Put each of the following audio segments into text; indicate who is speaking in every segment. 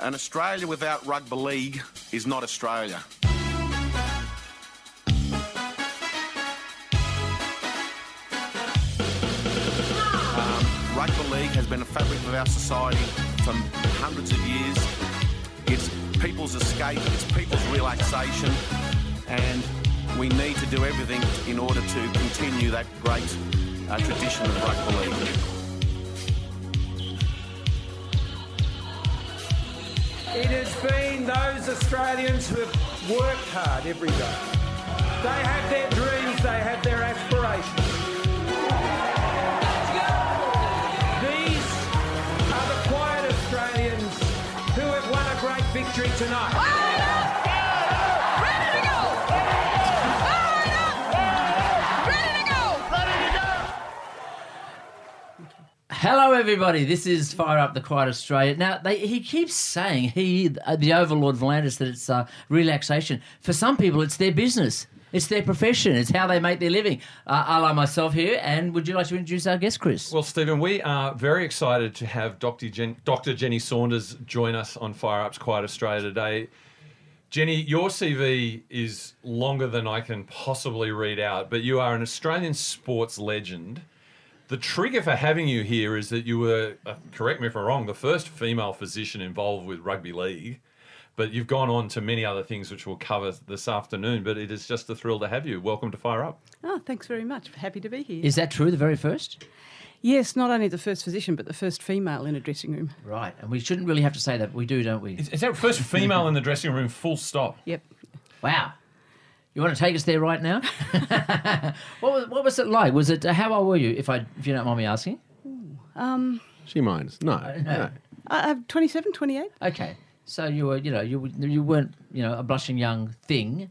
Speaker 1: An Australia without rugby league is not Australia. Um, rugby league has been a fabric of our society for hundreds of years. It's people's escape, it's people's relaxation, and we need to do everything in order to continue that great uh, tradition of rugby league.
Speaker 2: It has been those Australians who have worked hard every day. They have their dreams, they have their aspirations. These are the quiet Australians who have won a great victory tonight.
Speaker 3: Hello, everybody. This is Fire Up the Quiet Australia. Now, they, he keeps saying he, uh, the Overlord Volandis, that it's uh, relaxation. For some people, it's their business. It's their profession. It's how they make their living. Uh, a la myself here. And would you like to introduce our guest, Chris?
Speaker 4: Well, Stephen, we are very excited to have Dr. Jen- Dr. Jenny Saunders join us on Fire Up's Quiet Australia today. Jenny, your CV is longer than I can possibly read out, but you are an Australian sports legend. The trigger for having you here is that you were, uh, correct me if I'm wrong, the first female physician involved with rugby league. But you've gone on to many other things which we'll cover this afternoon. But it is just a thrill to have you. Welcome to Fire Up.
Speaker 5: Oh, thanks very much. Happy to be here.
Speaker 3: Is that true, the very first?
Speaker 5: yes, not only the first physician, but the first female in a dressing room.
Speaker 3: Right. And we shouldn't really have to say that, but we do, don't we?
Speaker 4: Is, is that first female in the dressing room? Full stop.
Speaker 5: Yep.
Speaker 3: Wow. You want to take us there right now? what, was, what was it like? Was it, uh, how old were you, if, I, if you don't mind me asking?
Speaker 6: She minds. No. no.
Speaker 5: I, I'm 27, 28.
Speaker 3: Okay. So you were, you know, you, were- you weren't, you know, a blushing young thing.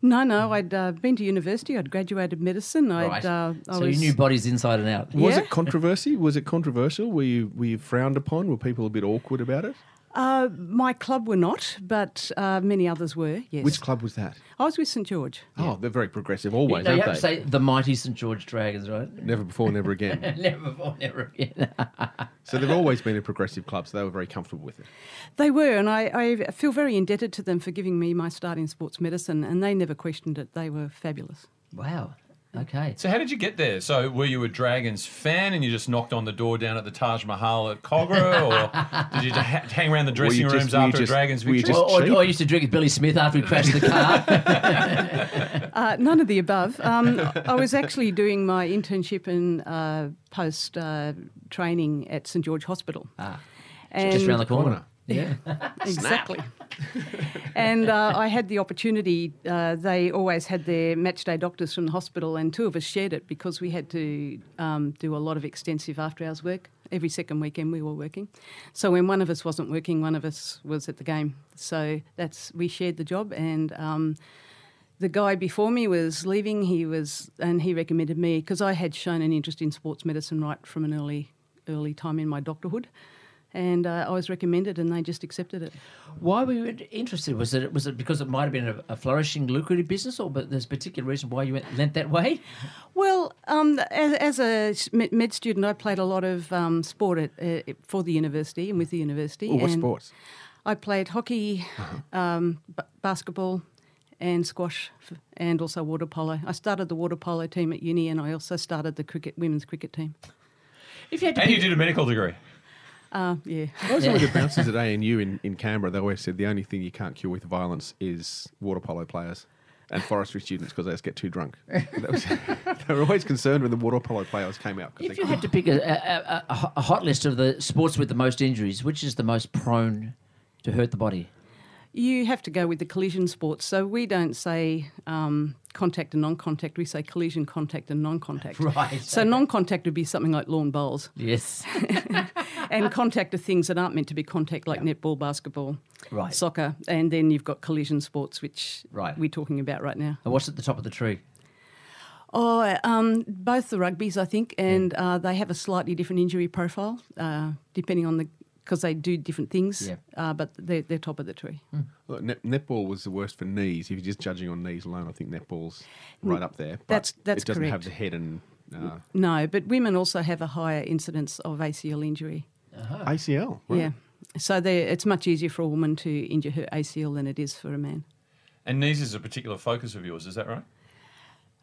Speaker 5: No, no, i had uh, been to university. I'd graduated medicine. I'd,
Speaker 3: Right.
Speaker 5: uh, I
Speaker 3: so
Speaker 5: was,
Speaker 3: you knew bodies inside and out.
Speaker 6: Was
Speaker 5: Yeah.
Speaker 6: it controversy? Was it controversial? Were you were you frowned upon? Were people a bit awkward about it?
Speaker 5: uh, my club were not, but uh, many others were, yes.
Speaker 6: Which club was that?
Speaker 5: I was with St George.
Speaker 6: Oh, they're very progressive always,
Speaker 3: no, you have
Speaker 6: aren't
Speaker 3: to
Speaker 6: they?
Speaker 3: say the mighty St George Dragons, right?
Speaker 6: Never before, never again.
Speaker 3: never before, never again.
Speaker 6: so they've always been a progressive club, so they were very comfortable with it.
Speaker 5: They were, and I, I feel very indebted to them for giving me my start in sports medicine, and they never questioned it. They were fabulous.
Speaker 3: wow. Okay.
Speaker 4: So how did you get there? So were you a Dragons fan and you just knocked on the door down at the Taj Mahal at Cogra, or did you just ha- hang around the dressing
Speaker 6: just-
Speaker 4: rooms
Speaker 6: were you
Speaker 4: after a
Speaker 6: just-
Speaker 4: Dragons
Speaker 6: were you
Speaker 4: victory?
Speaker 6: just-
Speaker 3: or, or,
Speaker 6: cheap.
Speaker 3: or used to drink with Billy Smith after he crashed the car.
Speaker 5: Uh, none of the above. Um, I was actually doing my internship and uh, post uh, training at St George Hospital. Ah, and
Speaker 3: just around the corner.
Speaker 5: Yeah, exactly. and uh, I had the opportunity. Uh, they always had their match day doctors from the hospital, and two of us shared it because we had to um, do a lot of extensive after hours work. Every second weekend we were working, so when one of us wasn't working, one of us was at the game. So that's we shared the job, and um, the guy before me was leaving. He was, and he recommended me because I had shown an interest in sports medicine right from an early, early time in my doctorhood, and uh, I was recommended, and they just accepted it.
Speaker 3: Why were you in- interested? Was it was it because it might have been a, a flourishing, lucrative business, or but there's a particular reason why you went, lent that way?
Speaker 5: Well, um, as, as a s- med med student, I played a lot of um, sport at, uh, for the university and with the university.
Speaker 6: Ooh, what
Speaker 5: and
Speaker 6: sports?
Speaker 5: I played hockey, um, b- basketball, and squash, f- and also water polo. I started the water polo team at uni, and I also started the cricket women's cricket team.
Speaker 3: If you had to
Speaker 4: and you
Speaker 3: pick-
Speaker 4: did a medical degree.
Speaker 5: Uh, yeah.
Speaker 6: I was one of the bouncers at ANU in, in Canberra. They always said the only thing you can't cure with violence is water polo players and forestry students because they just get too drunk. That was- they were always concerned when the water polo players came out. 'cause
Speaker 3: if
Speaker 6: they
Speaker 3: you had to pick a, a, a- a, ho- a hot list of the sports with the most injuries, which is the most prone to hurt the body?
Speaker 5: You have to go with the collision sports. So we don't say um, contact and non contact, we say collision, contact, and non contact.
Speaker 3: Right,
Speaker 5: So non contact would be something like lawn bowls,
Speaker 3: Yes.
Speaker 5: and contact are things that aren't meant to be contact, like netball, basketball,
Speaker 3: Right.
Speaker 5: soccer. And then you've got collision sports, which
Speaker 3: Right.
Speaker 5: we're talking about right now.
Speaker 3: And what's at the top of the tree?
Speaker 5: Oh, um, both the rugbys, I think,
Speaker 3: Hmm.
Speaker 5: and uh, they have a slightly different injury profile uh, depending on the. Because they do different things,
Speaker 3: Yeah. Hmm.
Speaker 5: uh, but they're, they're top of the tree.
Speaker 6: Look, net, netball was the worst for knees. If you're just judging on knees alone, I think netball's right up there. But
Speaker 5: That's- that's
Speaker 6: it doesn't have
Speaker 5: correct.
Speaker 6: the head and uh,
Speaker 5: No, but women also have a higher incidence of ACL injury.
Speaker 6: ACL. Right?
Speaker 5: Ah. Yeah, so they- it's much easier for a woman to injure her ACL than it is for a man.
Speaker 4: And knees is a particular focus of yours, is that right?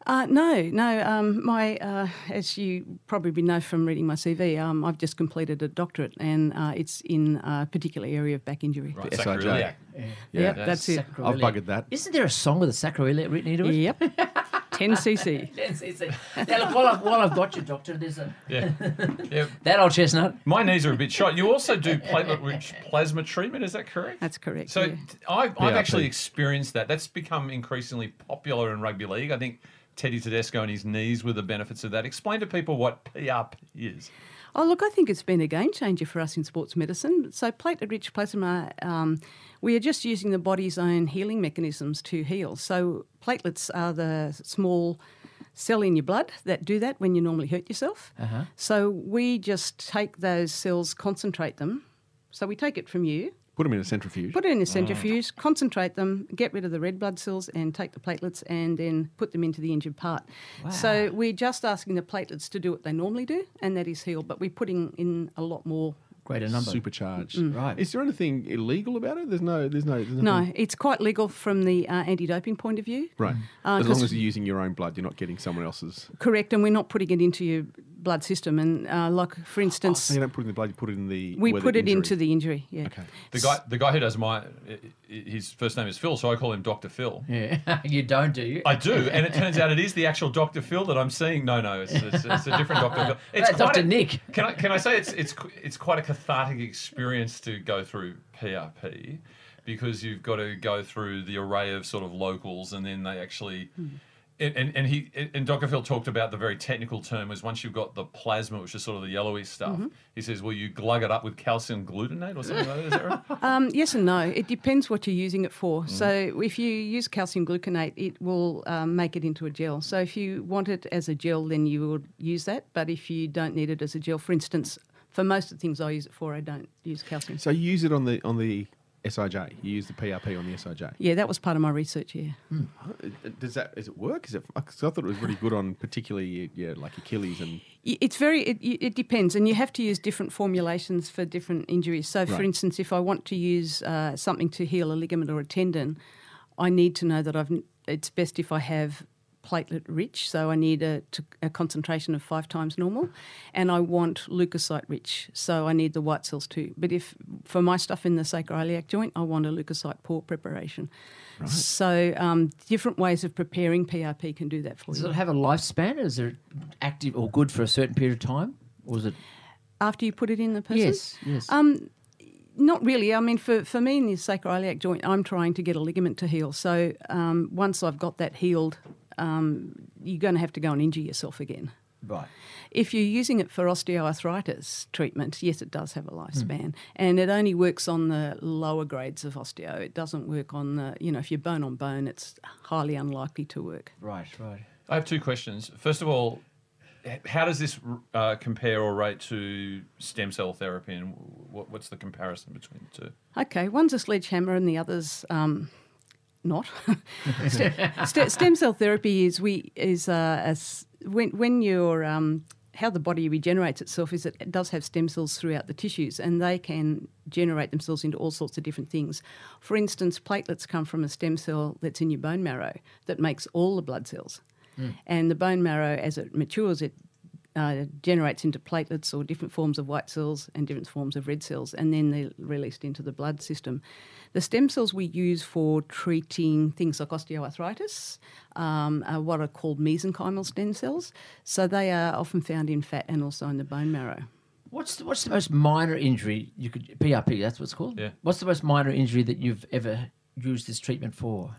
Speaker 5: Uh, no, no. Um, my, uh, as you probably know from reading my CV, um, I've just completed a doctorate, and uh, it's in a particular area of back injury.
Speaker 4: Right,
Speaker 6: The SIJ.
Speaker 4: sacroiliac.
Speaker 5: Yep,
Speaker 4: Yeah.
Speaker 5: that's it.
Speaker 3: Sacroiliac.
Speaker 6: buggered that.
Speaker 3: Isn't there a song with a sacroiliac written into it?
Speaker 5: Yep, 10 cc.
Speaker 3: Yes, it's a- now, look, while I've, while I've got you, Doctor, there's a,
Speaker 4: Yeah. yeah.
Speaker 3: that old chestnut.
Speaker 4: My knees are a bit shot. You also do platelet-rich plasma treatment, is that correct?
Speaker 5: That's correct.
Speaker 4: So
Speaker 5: yeah.
Speaker 4: t- I've, I've
Speaker 6: PRP.
Speaker 4: actually experienced that. That's become increasingly popular in rugby league. I think Teddy Tedesco and his knees were the benefits of that. Explain to people what PRP is.
Speaker 5: Oh, look, I think it's been a game changer for us in sports medicine. So, platelet rich plasma, um, we are just using the body's own healing mechanisms to heal. So, platelets are the small cell in your blood that do that when you normally hurt yourself. So, we just take those cells, concentrate them. So, we take it from you,
Speaker 6: Put him in a centrifuge.
Speaker 5: put it in a centrifuge, concentrate them, get rid of the red blood cells, and take the platelets and then put them into the injured part. So we're just asking the platelets to do what they normally do, and that is heal, but we're putting in a lot more.
Speaker 6: Mm-hmm.
Speaker 3: Greater number.
Speaker 6: Supercharged.
Speaker 3: Right.
Speaker 6: Is there anything illegal about it? There's no. There's no. There's
Speaker 5: Mm. No,
Speaker 6: nothing-
Speaker 5: it's quite legal from the uh, anti doping point of view.
Speaker 6: Right.
Speaker 5: Uh,
Speaker 6: as
Speaker 5: 'cause-
Speaker 6: long as you're using your own blood, you're not getting someone else's.
Speaker 5: Correct, and we're not putting it into your blood system. And, uh, like, for
Speaker 6: Oh, So
Speaker 5: instance,
Speaker 6: you don't put it in the blood. You put it in the.
Speaker 5: we
Speaker 6: where
Speaker 5: put it
Speaker 6: injury-
Speaker 5: into the injury. Yeah.
Speaker 6: Okay.
Speaker 4: The guy, the guy who does my, i- i- his first name is Phil, so I call him Doctor Phil.
Speaker 3: Yeah, you don't, do you?
Speaker 4: I do, and it turns out it is the actual Doctor Phil that I'm seeing. No, no, it's, it's, it's a different Doctor Phil. It's
Speaker 3: That's
Speaker 4: quite
Speaker 3: Dr.
Speaker 4: a-
Speaker 3: Nick.
Speaker 4: Can I can I say it's it's qu- it's quite a cathartic experience to go through PRP because you've got to go through the array of sort of locals and then they actually
Speaker 3: Hmm.
Speaker 4: and, and and he and Dr. Phil talked about the very technical term is once you've got the plasma which is sort of the yellowy stuff
Speaker 3: Mm-hmm.
Speaker 4: he says well you glug it up with calcium glutamate or something like that is that right?
Speaker 5: Um, yes and no. It depends what you're using it for. So if you use calcium gluconate, it will um, make it into a gel. So if you want it as a gel, then you would use that. But if you don't need it as a gel, for instance, for most of the things I use it for, I don't use calcium.
Speaker 6: So you use it on the on the SIJ. You use the PRP on the SIJ.
Speaker 5: yeah, that was part of my research. Yeah.
Speaker 6: Uh, Does that? Is it work? Is it? 'cause I thought it was really good on particularly yeah like Achilles and
Speaker 5: Y- It's very. It, y- it depends, and you have to use different formulations for different injuries. So, for
Speaker 6: Right.
Speaker 5: instance, if I want to use uh, something to heal a ligament or a tendon, I need to know that I've. n- It's best if I have platelet rich, so I need a, to, a concentration of five times normal, and I want leukocyte rich, so I need the white cells too. But if for my stuff in the sacroiliac joint, I want a leukocyte poor preparation. So, um, different ways of preparing PRP can do that for
Speaker 3: Does
Speaker 5: you.
Speaker 3: it have a lifespan? Is it active or good for a certain period of time? Or is it?
Speaker 5: After you put it in the person,
Speaker 3: Yes, yes.
Speaker 5: Um, not really. I mean, for, for me in the sacroiliac joint, I'm trying to get a ligament to heal. So um, once I've got that healed, um, you're going to have to go and injure yourself again.
Speaker 3: right.
Speaker 5: If you're using it for osteoarthritis treatment, yes, it does have a lifespan, and it only works on the lower grades of osteo. It doesn't work on the, you know, if you're bone on bone, it's highly unlikely to work.
Speaker 3: Right, right.
Speaker 4: I have two questions. First of all, h- how does this uh, compare or rate to stem cell therapy, and what, what's the comparison between the two?
Speaker 5: Okay, one's a sledgehammer and the other's um, not. Ste- ste- stem cell therapy is we is uh, a s- when when your um, how the body regenerates itself is it does have stem cells throughout the tissues and they can generate themselves into all sorts of different things. For instance, platelets come from a stem cell that's in your bone marrow that makes all the blood cells, and the bone marrow as it matures it uh, generates into platelets or different forms of white cells and different forms of red cells, and then they're released into the blood system. The stem cells we use for treating things like osteoarthritis um, are what are called mesenchymal stem cells. So they are often found in fat and also in the bone marrow.
Speaker 3: What's the, what's the most minor injury you could PRP? That's what it's called.
Speaker 4: Yeah.
Speaker 3: What's the most minor injury that you've ever used this treatment for?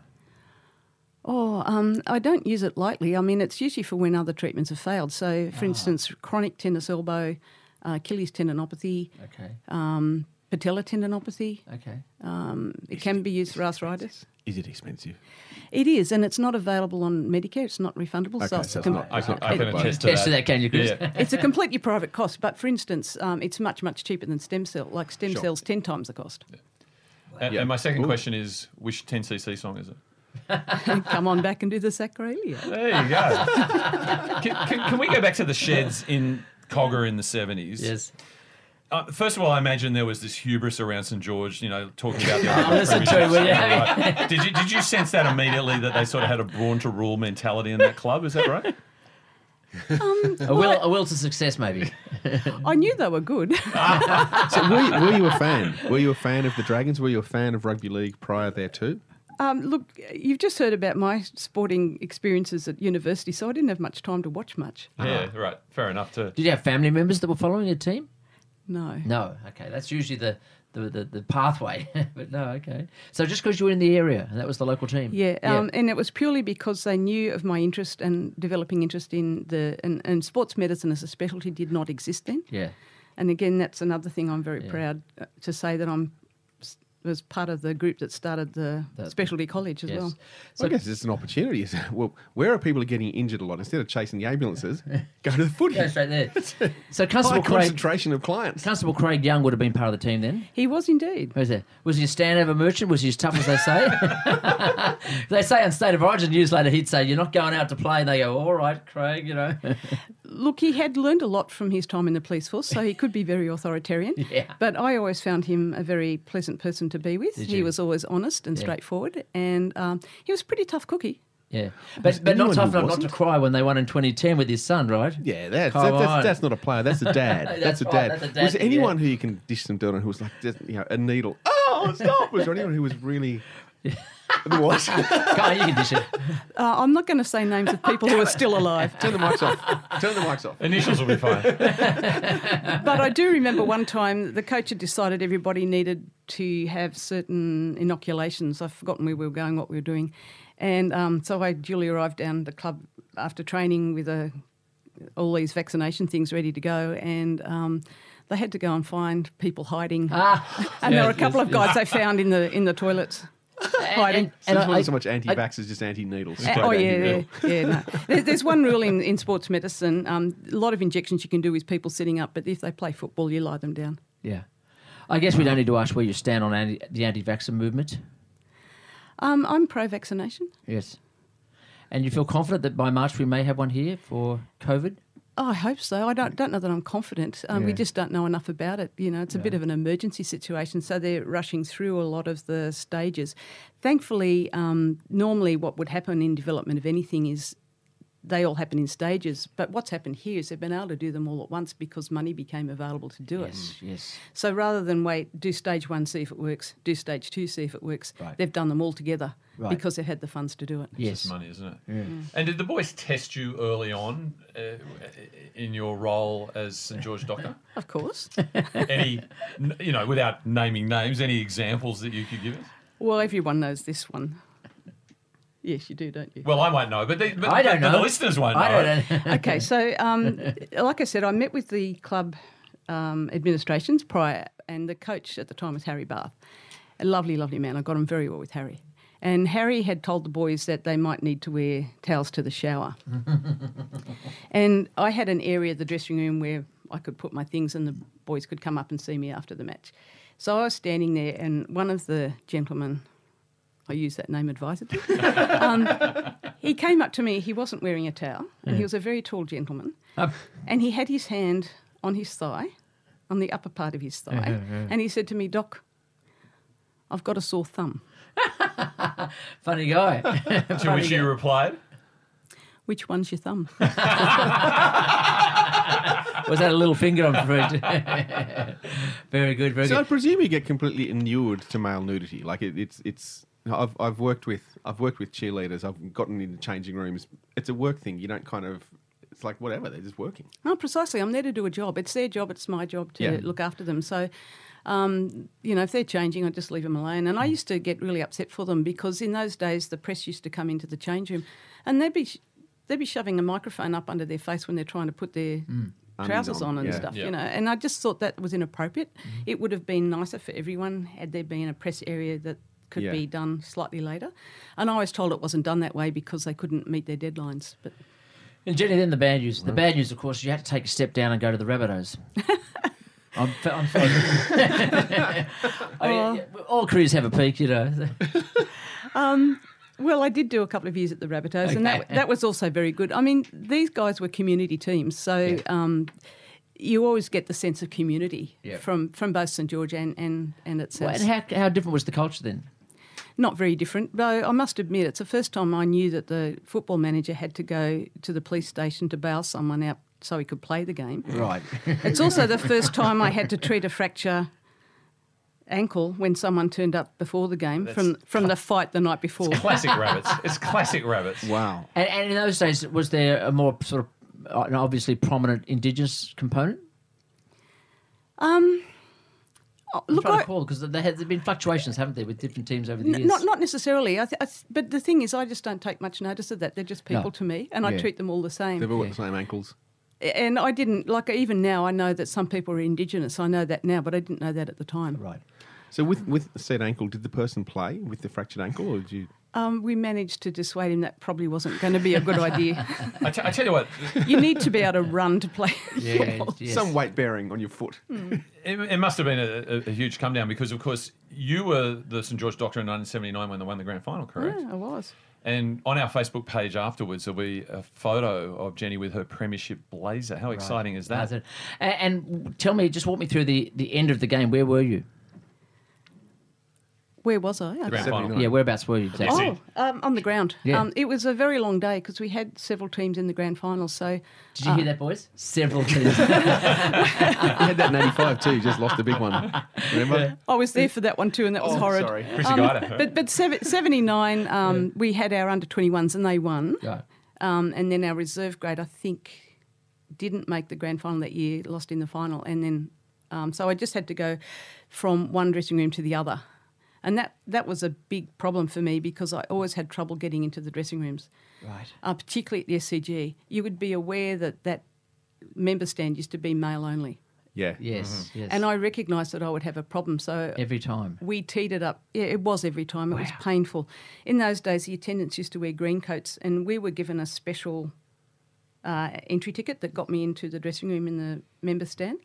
Speaker 5: Oh, um, I don't use it lightly. I mean, it's usually for when other treatments have failed. So, for instance, chronic tennis elbow, uh, Achilles tendinopathy,
Speaker 3: Okay.
Speaker 5: patella tendinopathy.
Speaker 3: Okay.
Speaker 5: It can be used for arthritis.
Speaker 6: is it expensive?
Speaker 5: It is, and it's not available on Medicare. It's not refundable.
Speaker 6: Okay,
Speaker 5: so it's, a
Speaker 6: so it's
Speaker 5: com-
Speaker 6: not-
Speaker 4: I
Speaker 6: it's
Speaker 4: can,
Speaker 6: not
Speaker 4: I can
Speaker 6: covered by-
Speaker 4: attest to that.
Speaker 3: Attest to that, can you, Chris?
Speaker 4: Yeah.
Speaker 5: it's a completely private cost. But for instance, um, it's much, much cheaper than stem cell. Like stem
Speaker 6: Sure.
Speaker 5: cells, ten times the cost.
Speaker 4: And,
Speaker 6: Yeah.
Speaker 4: and my second
Speaker 6: Ooh.
Speaker 4: question is, which 10cc song is it?
Speaker 5: Come on back and do the sacroiliac.
Speaker 4: There you go. can, can, can we go back to the sheds in Cogger in the 70s?
Speaker 3: Yes.
Speaker 4: uh, first of all, I imagine there was this hubris around St George, you know, talking about the
Speaker 3: Oh, listen to it, will you?
Speaker 4: Right. Did you did you sense that immediately that they sort of had a brawn to rule mentality in that club? Is that right?
Speaker 3: A will, a will to success, maybe.
Speaker 5: I knew they were good.
Speaker 6: So were you, were you a fan? Were you a fan of the Dragons? Were you a fan of rugby league prior there too?
Speaker 5: Um, look, you've just heard about my sporting experiences at university, so I didn't have much time to watch much.
Speaker 4: Yeah, right. Fair enough. To
Speaker 3: Did you have family members that were following your team?
Speaker 5: No.
Speaker 3: No. Okay, that's usually the the, the, the pathway. but no, okay. So just because you were in the area, and that was the local team.
Speaker 5: Yeah, um, and it was purely because they knew of my interest and developing interest in the and, and sports medicine as a specialty did not exist then.
Speaker 3: yeah.
Speaker 5: And again, that's another thing I'm very
Speaker 3: Yeah.
Speaker 5: proud uh, to say that I'm s- was part of the group that started the
Speaker 3: That-
Speaker 5: specialty college as
Speaker 3: Yes.
Speaker 5: well.
Speaker 6: I guess it's an opportunity. It's- Well, where are people getting injured a lot? Instead of chasing the ambulances, go to the footy.
Speaker 3: Go straight there. So
Speaker 6: High
Speaker 3: Constable Craig,
Speaker 6: concentration of clients.
Speaker 3: Constable Craig Young would have been part of the team then.
Speaker 5: He was indeed.
Speaker 3: Who's there? Was he a standover merchant? Was he as tough as they say? they say on State of Origin newsletter, he'd say, "You're not going out to play." And they go, "All right, Craig," you know.
Speaker 5: Look, he had learned a lot from his time in the police force, so he could be very authoritarian.
Speaker 3: Yeah.
Speaker 5: But I always found him a very pleasant person to be with. He
Speaker 3: you?
Speaker 5: was always honest and
Speaker 3: Yeah.
Speaker 5: straightforward, and um, he was a pretty tough cookie.
Speaker 3: yeah, but but
Speaker 6: anyone
Speaker 3: not tough
Speaker 6: who
Speaker 3: enough not to
Speaker 6: wasn't?
Speaker 3: cry when they won in 2010 with his son, right?
Speaker 6: Yeah, that's
Speaker 3: Come
Speaker 6: that, that's,
Speaker 3: on.
Speaker 6: that's not a player. That's a dad.
Speaker 3: That's
Speaker 6: that's, a
Speaker 3: right,
Speaker 6: dad.
Speaker 3: that's a dad,
Speaker 6: Was there
Speaker 3: yeah.
Speaker 6: anyone who you can dish some dirt on who was like, just, you know, a needle? Oh, stop! Was there anyone who was really? What? Turn
Speaker 3: Come on, you can dish it.
Speaker 5: Uh, I'm not going to say names of people who are still alive,
Speaker 6: the mics off. Turn the mics off.
Speaker 4: initials will be fine.
Speaker 5: but I do remember one time the coach had decided everybody needed to have certain inoculations. I've forgotten where we were going, what we were doing, and um, so I duly arrived down the club after training with a, all these vaccination things ready to go, and. Um, they had to go and find people hiding,
Speaker 3: Ah.
Speaker 5: and there were a couple of guys they found in the in the toilets hiding.
Speaker 3: And
Speaker 6: There's
Speaker 3: I-
Speaker 6: not
Speaker 3: I-
Speaker 6: so much anti-vax is just anti-needles.
Speaker 5: Uh,
Speaker 6: Straight
Speaker 5: oh yeah, yeah,
Speaker 6: anti-needle.
Speaker 5: yeah. No. There- There's one rule in, in sports medicine. Um, a lot of injections you can do with people sitting up, but if they play football, you lie them down.
Speaker 3: Yeah. I guess we don't need to ask where you stand on anti, the anti-vaxxer movement.
Speaker 5: Um, I'm pro-vaccination.
Speaker 3: Yes. And you feel confident that by March we may have one here for COVID?
Speaker 5: Oh, I hope so. I don't don't know that I'm confident. Um, We
Speaker 3: Yeah.
Speaker 5: just don't know enough about it. You know, it's a bit of an emergency situation, so they're rushing through a lot of the stages. Thankfully, um, normally what would happen in development of anything is they all happen in stages. But what's happened here is they've been able to do them all at once because money became available to do it.
Speaker 3: Yes.
Speaker 5: So rather than wait, do stage one, see if it works, do stage two, see if it works,
Speaker 3: Right.
Speaker 5: they've done them all together
Speaker 3: Right.
Speaker 5: because they've had the funds to do it.
Speaker 3: Yes.
Speaker 4: It's just money, isn't it? And did the boys test you early on uh, in your role as St George doctor?
Speaker 5: Of course.
Speaker 4: Any, n- you know, without naming names, any examples that you could give us?
Speaker 5: well, everyone knows this one. Yes, you do, don't you?
Speaker 4: Well, I won't know, but, they, but,
Speaker 3: I don't
Speaker 4: but
Speaker 3: know.
Speaker 4: the listeners won't know.
Speaker 3: I
Speaker 4: it.
Speaker 3: don't know.
Speaker 5: okay, so um, like I said, I met with the club um, administrations prior, and the coach at the time was Harry Bath, a lovely, lovely man. I got on very well with Harry. And Harry had told the boys that they might need to wear towels to the shower. and I had an area of the dressing room where I could put my things and the boys could come up and see me after the match. So I was standing there, and one of the gentlemen, I use that name advisedly, he came up to me. He wasn't wearing a towel, and he was a very tall gentleman. And he had his hand on his thigh, on the upper part of his thigh, and he said to me, "Doc, I've got a sore thumb,"
Speaker 3: Funny guy.
Speaker 4: To which you replied,
Speaker 5: which one's your thumb?
Speaker 3: Was that a little finger I'm afraid? very good, very
Speaker 6: So I
Speaker 3: good.
Speaker 6: presume you get completely inured to male nudity. Like it, it's it's. I've I've worked with I've worked with cheerleaders. I've gotten into changing rooms. It's a work thing. You don't kind of. It's like whatever. They're just working.
Speaker 5: no, Oh, precisely. I'm there to do a job. It's their job. It's my job to
Speaker 6: Yeah.
Speaker 5: look after them. So. Um, you know, if they're changing, I just leave them alone.
Speaker 6: Mm.
Speaker 5: And I used to get really upset for them because in those days the press used to come into the change room, and they'd be sh- they'd be shoving a microphone up under their face when they're trying to put their trousers
Speaker 6: Mm. on,
Speaker 5: on, and
Speaker 6: yeah. Mm.
Speaker 5: stuff,
Speaker 4: Yeah.
Speaker 5: you know. And I just thought that was inappropriate. It would have been nicer for everyone had there been a press area that could
Speaker 6: Yeah.
Speaker 5: be done slightly later. And I was told it wasn't done that way because they couldn't meet their deadlines. But
Speaker 3: And Jenny, then the bad news. The bad news, of course, you had to take a step down and go to the Rabbitohs. I'm, I'm sorry. I mean, all careers have a peak, you know.
Speaker 5: well, I did do a couple of years at the Rabbitohs, and that that was also very good. I mean, these guys were community teams, so. Um, you always get the sense of community
Speaker 3: Yeah.
Speaker 5: from, from both St George and, and, and its
Speaker 3: Well, and how, how different was the culture then?
Speaker 5: not very different. Though I must admit, it's the first time I knew that the football manager had to go to the police station to bail someone out so he could play the game.
Speaker 3: Right.
Speaker 5: It's also the first time I had to treat a fracture ankle when someone turned up before the game from from the fight the night before.
Speaker 4: Classic rabbits. It's classic rabbits.
Speaker 6: Wow.
Speaker 3: And, and in those days, was there a more sort of uh, an obviously prominent indigenous component?
Speaker 5: Oh,
Speaker 3: I'm
Speaker 5: Look,
Speaker 3: trying
Speaker 5: I,
Speaker 3: to call because there has been fluctuations, haven't there, with different teams over the
Speaker 5: n-
Speaker 3: years?
Speaker 5: not not necessarily. I th- I th- but the thing is, I just don't take much notice of that. They're just people
Speaker 3: No.
Speaker 5: to me, and I
Speaker 3: Yeah.
Speaker 5: treat them all the same.
Speaker 6: They've all got the same ankles.
Speaker 5: and I didn't like even now. I know that some people are indigenous. I know that now, but I didn't know that at the time.
Speaker 3: right.
Speaker 6: So with with said ankle, did the person play with the fractured ankle, or did you?
Speaker 5: Um, we managed to dissuade him. That probably wasn't going to be a good idea.
Speaker 4: I, t- I tell you what,
Speaker 5: you need to be able to run to play.
Speaker 3: Yeah. yes.
Speaker 6: Some weight bearing on your foot.
Speaker 4: it, it must have been a, a, a huge come down because, of course, you were the St George Doctor in 1979 when they won the grand final, correct?
Speaker 5: Yeah, I was.
Speaker 4: And on our Facebook page afterwards, there'll be a photo of Jenny with her premiership blazer. How exciting is that?
Speaker 3: That's it. A- And, w tell me, just walk me through the, the end of the game. Where were you?
Speaker 5: Where was I?
Speaker 4: grand
Speaker 5: I don't-
Speaker 4: final.
Speaker 6: Right.
Speaker 3: Yeah, whereabouts were you? Exactly?
Speaker 5: Oh, um, on the ground.
Speaker 3: Yeah.
Speaker 5: Um, it was a very long day because we had several teams in the grand final. So
Speaker 3: Did you hear that,
Speaker 5: uh,
Speaker 3: boys? Several teams.
Speaker 6: I had that in '85 too. Just lost a big one. Remember?
Speaker 5: I was there for that one too, and that was
Speaker 6: Oh,
Speaker 5: horrid.
Speaker 6: sorry.
Speaker 4: Chrissy
Speaker 5: Um,
Speaker 4: Guider, huh?
Speaker 5: but but seven, 79, um, we had our under 21s and they won.
Speaker 3: Right.
Speaker 5: Um, and then our reserve grade, I think, didn't make the grand final that year, lost in the final. And then, um, so I just had to go from one dressing room to the other. And that, that was a big problem for me because I always had trouble getting into the dressing rooms,
Speaker 3: Right.
Speaker 5: uh, particularly at the SCG. You would be aware that that member stand used to be male only.
Speaker 6: Yeah.
Speaker 3: Yes, yes.
Speaker 5: And I recognised that I would have a problem. So
Speaker 3: Every time.
Speaker 5: we teed it up. Yeah, it was every time. It was painful. In those days, the attendants used to wear green coats, and we were given a special uh, entry ticket that got me into the dressing room in the member stand.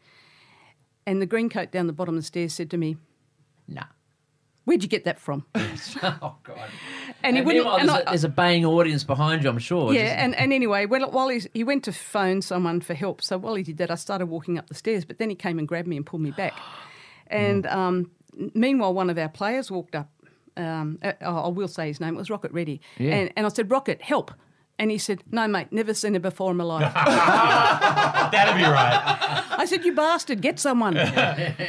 Speaker 5: And the green coat down the bottom of the stairs said to me,
Speaker 3: Nah.
Speaker 5: "Where'd you get that from?"
Speaker 3: oh, God.
Speaker 5: And he wouldn't.
Speaker 3: meanwhile,
Speaker 5: and
Speaker 3: there's,
Speaker 5: I-
Speaker 3: a, there's a baying audience behind you, I'm sure.
Speaker 5: yeah,
Speaker 3: Just-
Speaker 5: and, and anyway, well, while he's, he went to phone someone for help, so while he did that, I started walking up the stairs, but then he came and grabbed me and pulled me back. And um, meanwhile, one of our players walked up. Um, uh, I will say his name. It was Rocket Ready,
Speaker 3: Yeah.
Speaker 5: and, and I said, "Rocket, help!" And he said, "No, mate, never seen it before in my life."
Speaker 4: That'd be right.
Speaker 5: I said, "You bastard, get someone."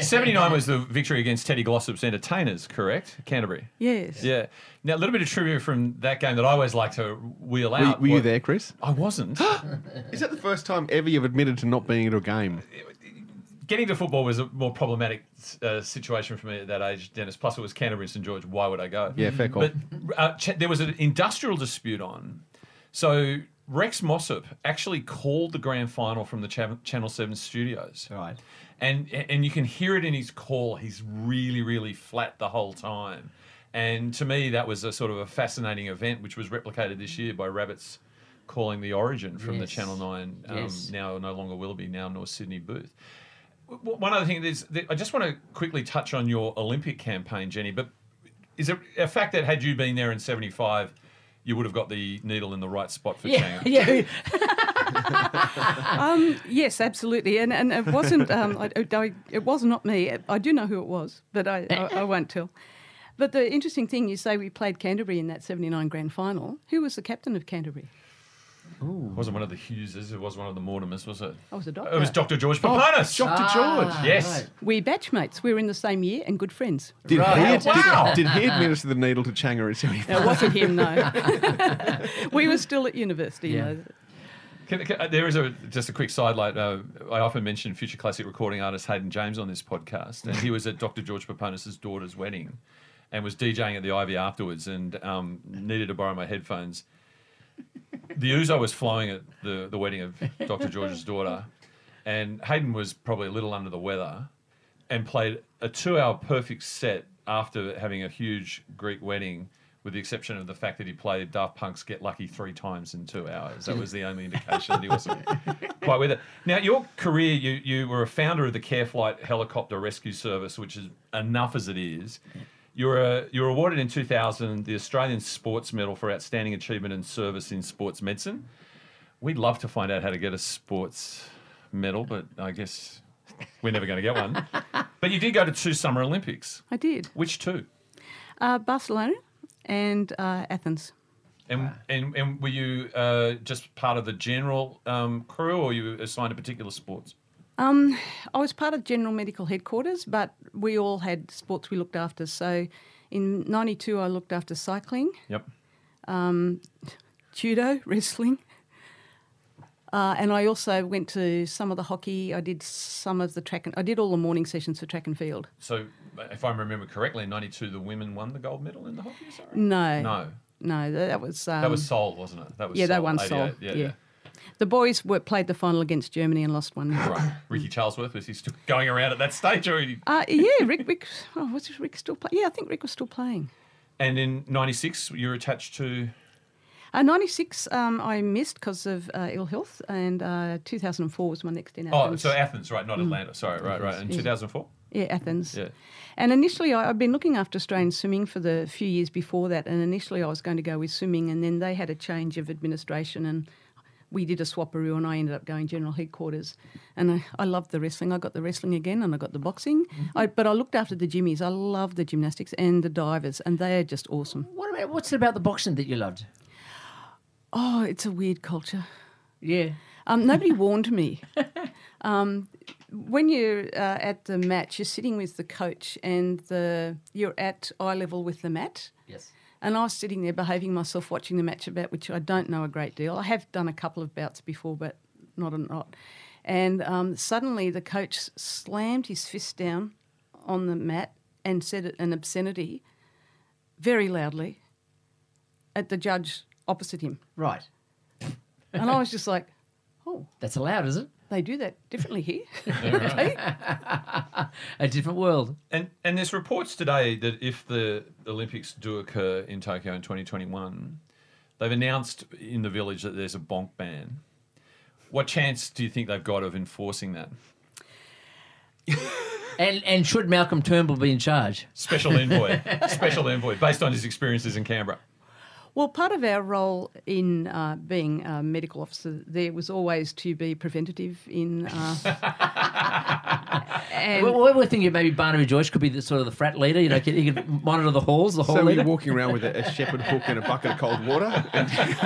Speaker 4: Seventy-nine was the victory against Teddy Glossop's Entertainers, correct? Canterbury.
Speaker 5: yes.
Speaker 4: Yeah. Now a little bit of trivia from that game that I always like to wheel
Speaker 6: Were,
Speaker 4: out.
Speaker 6: were you
Speaker 4: What-
Speaker 6: there, Chris?
Speaker 4: I wasn't.
Speaker 6: Is that the first time ever you've admitted to not being at a game?
Speaker 4: Getting to football was a more problematic uh, situation for me at that age, Dennis. Plus, it was Canterbury and St George. Why would I go?
Speaker 6: Yeah, fair call.
Speaker 4: But uh, ch- there was an industrial dispute on. So Rex Mossop actually called the grand final from the Cha- Channel 7 studios.
Speaker 3: Right.
Speaker 4: And and you can hear it in his call. He's really really flat the whole time. And to me that was a sort of a fascinating event which was replicated this year by Rabbits calling the origin from the
Speaker 3: Yes.
Speaker 4: Channel 9 um,
Speaker 3: Yes.
Speaker 4: now no longer Willoughby now North Sydney booth. W- w- One other thing is that I just want to quickly touch on your Olympic campaign Jenny but is it a fact that had you been there in 75 you would have got the needle in the right spot for
Speaker 3: yeah,
Speaker 4: Chang?
Speaker 3: yeah.
Speaker 5: Um, yes, absolutely. And and it wasn't. Um, I, I- it was not me. I do know who it was, but I, I, I won't tell. But the interesting thing, you say we played Canterbury in that '79 Grand Final. Who was the captain of Canterbury?
Speaker 4: It wasn't one of the Hugheses. It was one of the Mortimers, was it?
Speaker 5: I was a doctor.
Speaker 4: It was Dr. George Papanas.
Speaker 6: Doctor George.
Speaker 4: yes.
Speaker 5: We batchmates. We were in the same year and good friends.
Speaker 6: Did,
Speaker 3: Right.
Speaker 6: he,
Speaker 4: Wow.
Speaker 6: did, did he administer the needle to Changer at 75?
Speaker 5: It wasn't him though. we were still at university. you
Speaker 3: Yeah.
Speaker 5: know.
Speaker 4: Can, can, uh, there is a just a quick sidelight. Uh, I often mention future classic recording artist Hayden James on this podcast, and he was at Dr. George Papanas' daughter's wedding, and was DJing at the Ivy afterwards, and um, needed to borrow my headphones. The Uzo was flowing at the, the wedding of Dr. George's daughter, and Hayden was probably a little under the weather, and played a two-hour perfect set after having a huge Greek wedding. With the exception of the fact that he played Daft Punk's "Get Lucky" three times in two hours, that was the only indication that he wasn't quite with it. Now, your career, you you were a founder of the CareFlight Helicopter Rescue Service, which is enough as it is. You were a, you were awarded in 2000 the Australian Sports Medal for outstanding achievement and service in sports medicine. We'd love to find out how to get a sports medal, but I guess we're never going to get one. but you did go to two Summer Olympics.
Speaker 5: I did.
Speaker 4: Which two?
Speaker 5: Uh, Barcelona and uh, Athens.
Speaker 4: And, and, and were you uh, just part of the general um, crew or you assigned to particular sports?
Speaker 5: Um, I was part of General Medical Headquarters, but we all had sports we looked after. So in 92, I looked after cycling,
Speaker 4: Yep.
Speaker 5: judo, wrestling. Uh, and I also went to some of the hockey. I did some of the track and I did all the morning sessions for track and field.
Speaker 4: So, if I remember correctly, in 92, the women won the gold medal in the hockey, is that right?
Speaker 5: No.
Speaker 4: No.
Speaker 5: No, tha- that was. Um,
Speaker 4: That was Seoul, wasn't it? That was
Speaker 5: Yeah,
Speaker 4: Seoul,
Speaker 5: that one Seoul.
Speaker 4: 88.
Speaker 5: Yeah. The boys were, played the final against Germany and lost one.
Speaker 4: Right. Ricky Charlesworth, was he still going around at that stage? Or he-
Speaker 5: Uh, yeah, Rick. Rick oh, was Rick still playing? Yeah, I think Rick was still playing.
Speaker 4: And in 96, you were attached to.
Speaker 5: Uh, 96, um, I missed because of uh, ill health, and uh, 2004 was my next in
Speaker 4: Oh,
Speaker 5: Athens. Mm.
Speaker 4: so Athens, right, not Atlanta. Sorry, right, right. In 2004?
Speaker 5: yeah, Athens.
Speaker 4: Yeah.
Speaker 5: And initially, I, I'd been looking after Australian swimming for the few years before that, and initially I was going to go with swimming, and then they had a change of administration, and we did a swaparoo, and I ended up going general headquarters. And I, I loved the wrestling. I got the wrestling again, and I got the boxing.
Speaker 4: Mm-hmm.
Speaker 5: I, but I looked after the jimmies. I love the gymnastics and the divers, and they are just awesome.
Speaker 3: What about what's it about the boxing that you loved?
Speaker 5: Oh, it's a weird culture.
Speaker 3: Yeah.
Speaker 5: Um, nobody warned me. Um, when you're uh, at the match, you're sitting with the coach, and the you're at eye level with the mat.
Speaker 3: Yes.
Speaker 5: And I was sitting there behaving myself, watching the match about which I don't know a great deal. I have done a couple of bouts before, but not a lot. And um, suddenly, the coach s- slammed his fist down on the mat and said an obscenity very loudly at the judge opposite him.
Speaker 3: Right.
Speaker 5: And I was just like, oh
Speaker 3: That's allowed, is it?
Speaker 5: they do that differently here.
Speaker 3: A different world.
Speaker 4: And and there's reports today that if the Olympics do occur in Tokyo in 2021, they've announced in the village that there's a bonk ban. What chance do you think they've got of enforcing that?
Speaker 3: And and should Malcolm Turnbull be in charge?
Speaker 4: Special envoy, special envoy, based on his experiences in Canberra.
Speaker 5: well, part of our role in uh, being a medical officer there was always to be preventative in. Uh, and
Speaker 3: Well, we we're thinking maybe Barnaby Joyce could be the sort of the frat leader. You know, he could monitor the halls, the whole
Speaker 6: So were you
Speaker 3: leader.
Speaker 6: walking around with a, a shepherd hook and a bucket of cold water?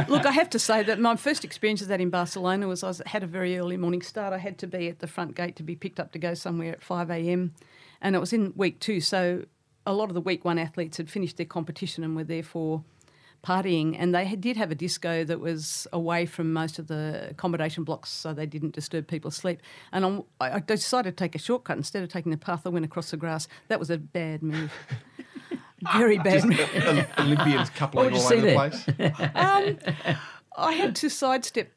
Speaker 5: look, I have to say that my first experience of that in Barcelona was I was, had a very early morning start. I had to be at the front gate to be picked up to go somewhere at 5 a.m. And it was in week two. So a lot of the week one athletes had finished their competition and were therefore partying. And they had, did have a disco that was away from most of the accommodation blocks so they didn't disturb people asleep. And I'm, I I decided to take a shortcut. Instead of taking the path, I went across the grass. That was a bad move. Very bad move.
Speaker 6: Olympians coupling
Speaker 3: What would you
Speaker 6: all
Speaker 3: see
Speaker 6: over the
Speaker 3: there?
Speaker 6: place.
Speaker 5: Um, I had to sidestep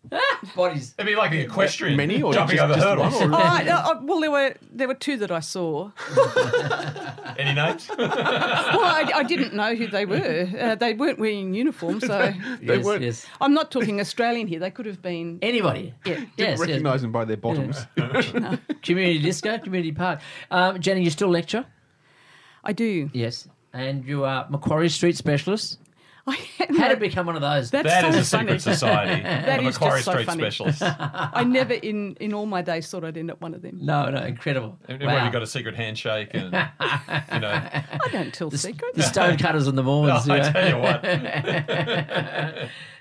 Speaker 3: Bodies.
Speaker 4: It'd be like the equestrian
Speaker 6: Many or
Speaker 4: jumping
Speaker 6: just,
Speaker 4: over
Speaker 6: just
Speaker 4: hurdles.
Speaker 6: one? Or
Speaker 5: Oh, I- I- I- well, there were there were two that I saw.
Speaker 4: Any names?
Speaker 5: Well, I, I didn't know who they were. Uh, they weren't wearing uniform, so
Speaker 6: They
Speaker 3: yes,
Speaker 6: weren't-
Speaker 3: yes.
Speaker 5: I'm not talking Australian here. They could have been.
Speaker 3: Anybody.
Speaker 5: Yeah.
Speaker 3: Yes, yes.
Speaker 6: Recognise them by their bottoms.
Speaker 3: Community disco, community park. Um, Jenny, you still lecture?
Speaker 5: I do.
Speaker 3: Yes. And you are Macquarie Street specialist.
Speaker 5: I
Speaker 3: How did it become one of those?
Speaker 5: That's
Speaker 4: That
Speaker 5: so
Speaker 4: is a
Speaker 5: funny.
Speaker 4: secret society. the
Speaker 5: is just
Speaker 4: Macquarie
Speaker 5: so
Speaker 4: Street
Speaker 5: funny.
Speaker 4: specialist. And
Speaker 5: I never in in all my days thought I'd end up one of them.
Speaker 3: no, no, incredible.
Speaker 4: Everybody got a secret handshake, and you know.
Speaker 5: I don't tell secrets.
Speaker 3: the stonecutters and the
Speaker 4: Oh,
Speaker 3: Mormons.
Speaker 4: I
Speaker 3: you know.
Speaker 4: tell you what.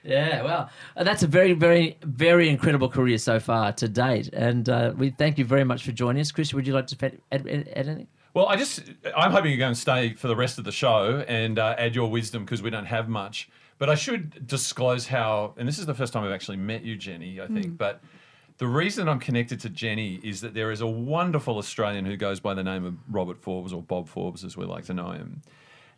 Speaker 3: Yeah, well, uh, that's a very, very, very incredible career so far to date. And uh, we thank you very much for joining us. Chris, would you like to fa- add, add, add anything?
Speaker 4: Well, I just I'm hoping you're going to stay for the rest of the show and uh, add your wisdom because we don't have much. But I should disclose how, and this is the first time I've actually met you, Jenny. I think, but the reason I'm connected to Jenny is that there is a wonderful Australian who goes by the name of Robert Forbes or Bob Forbes, as we like to know him.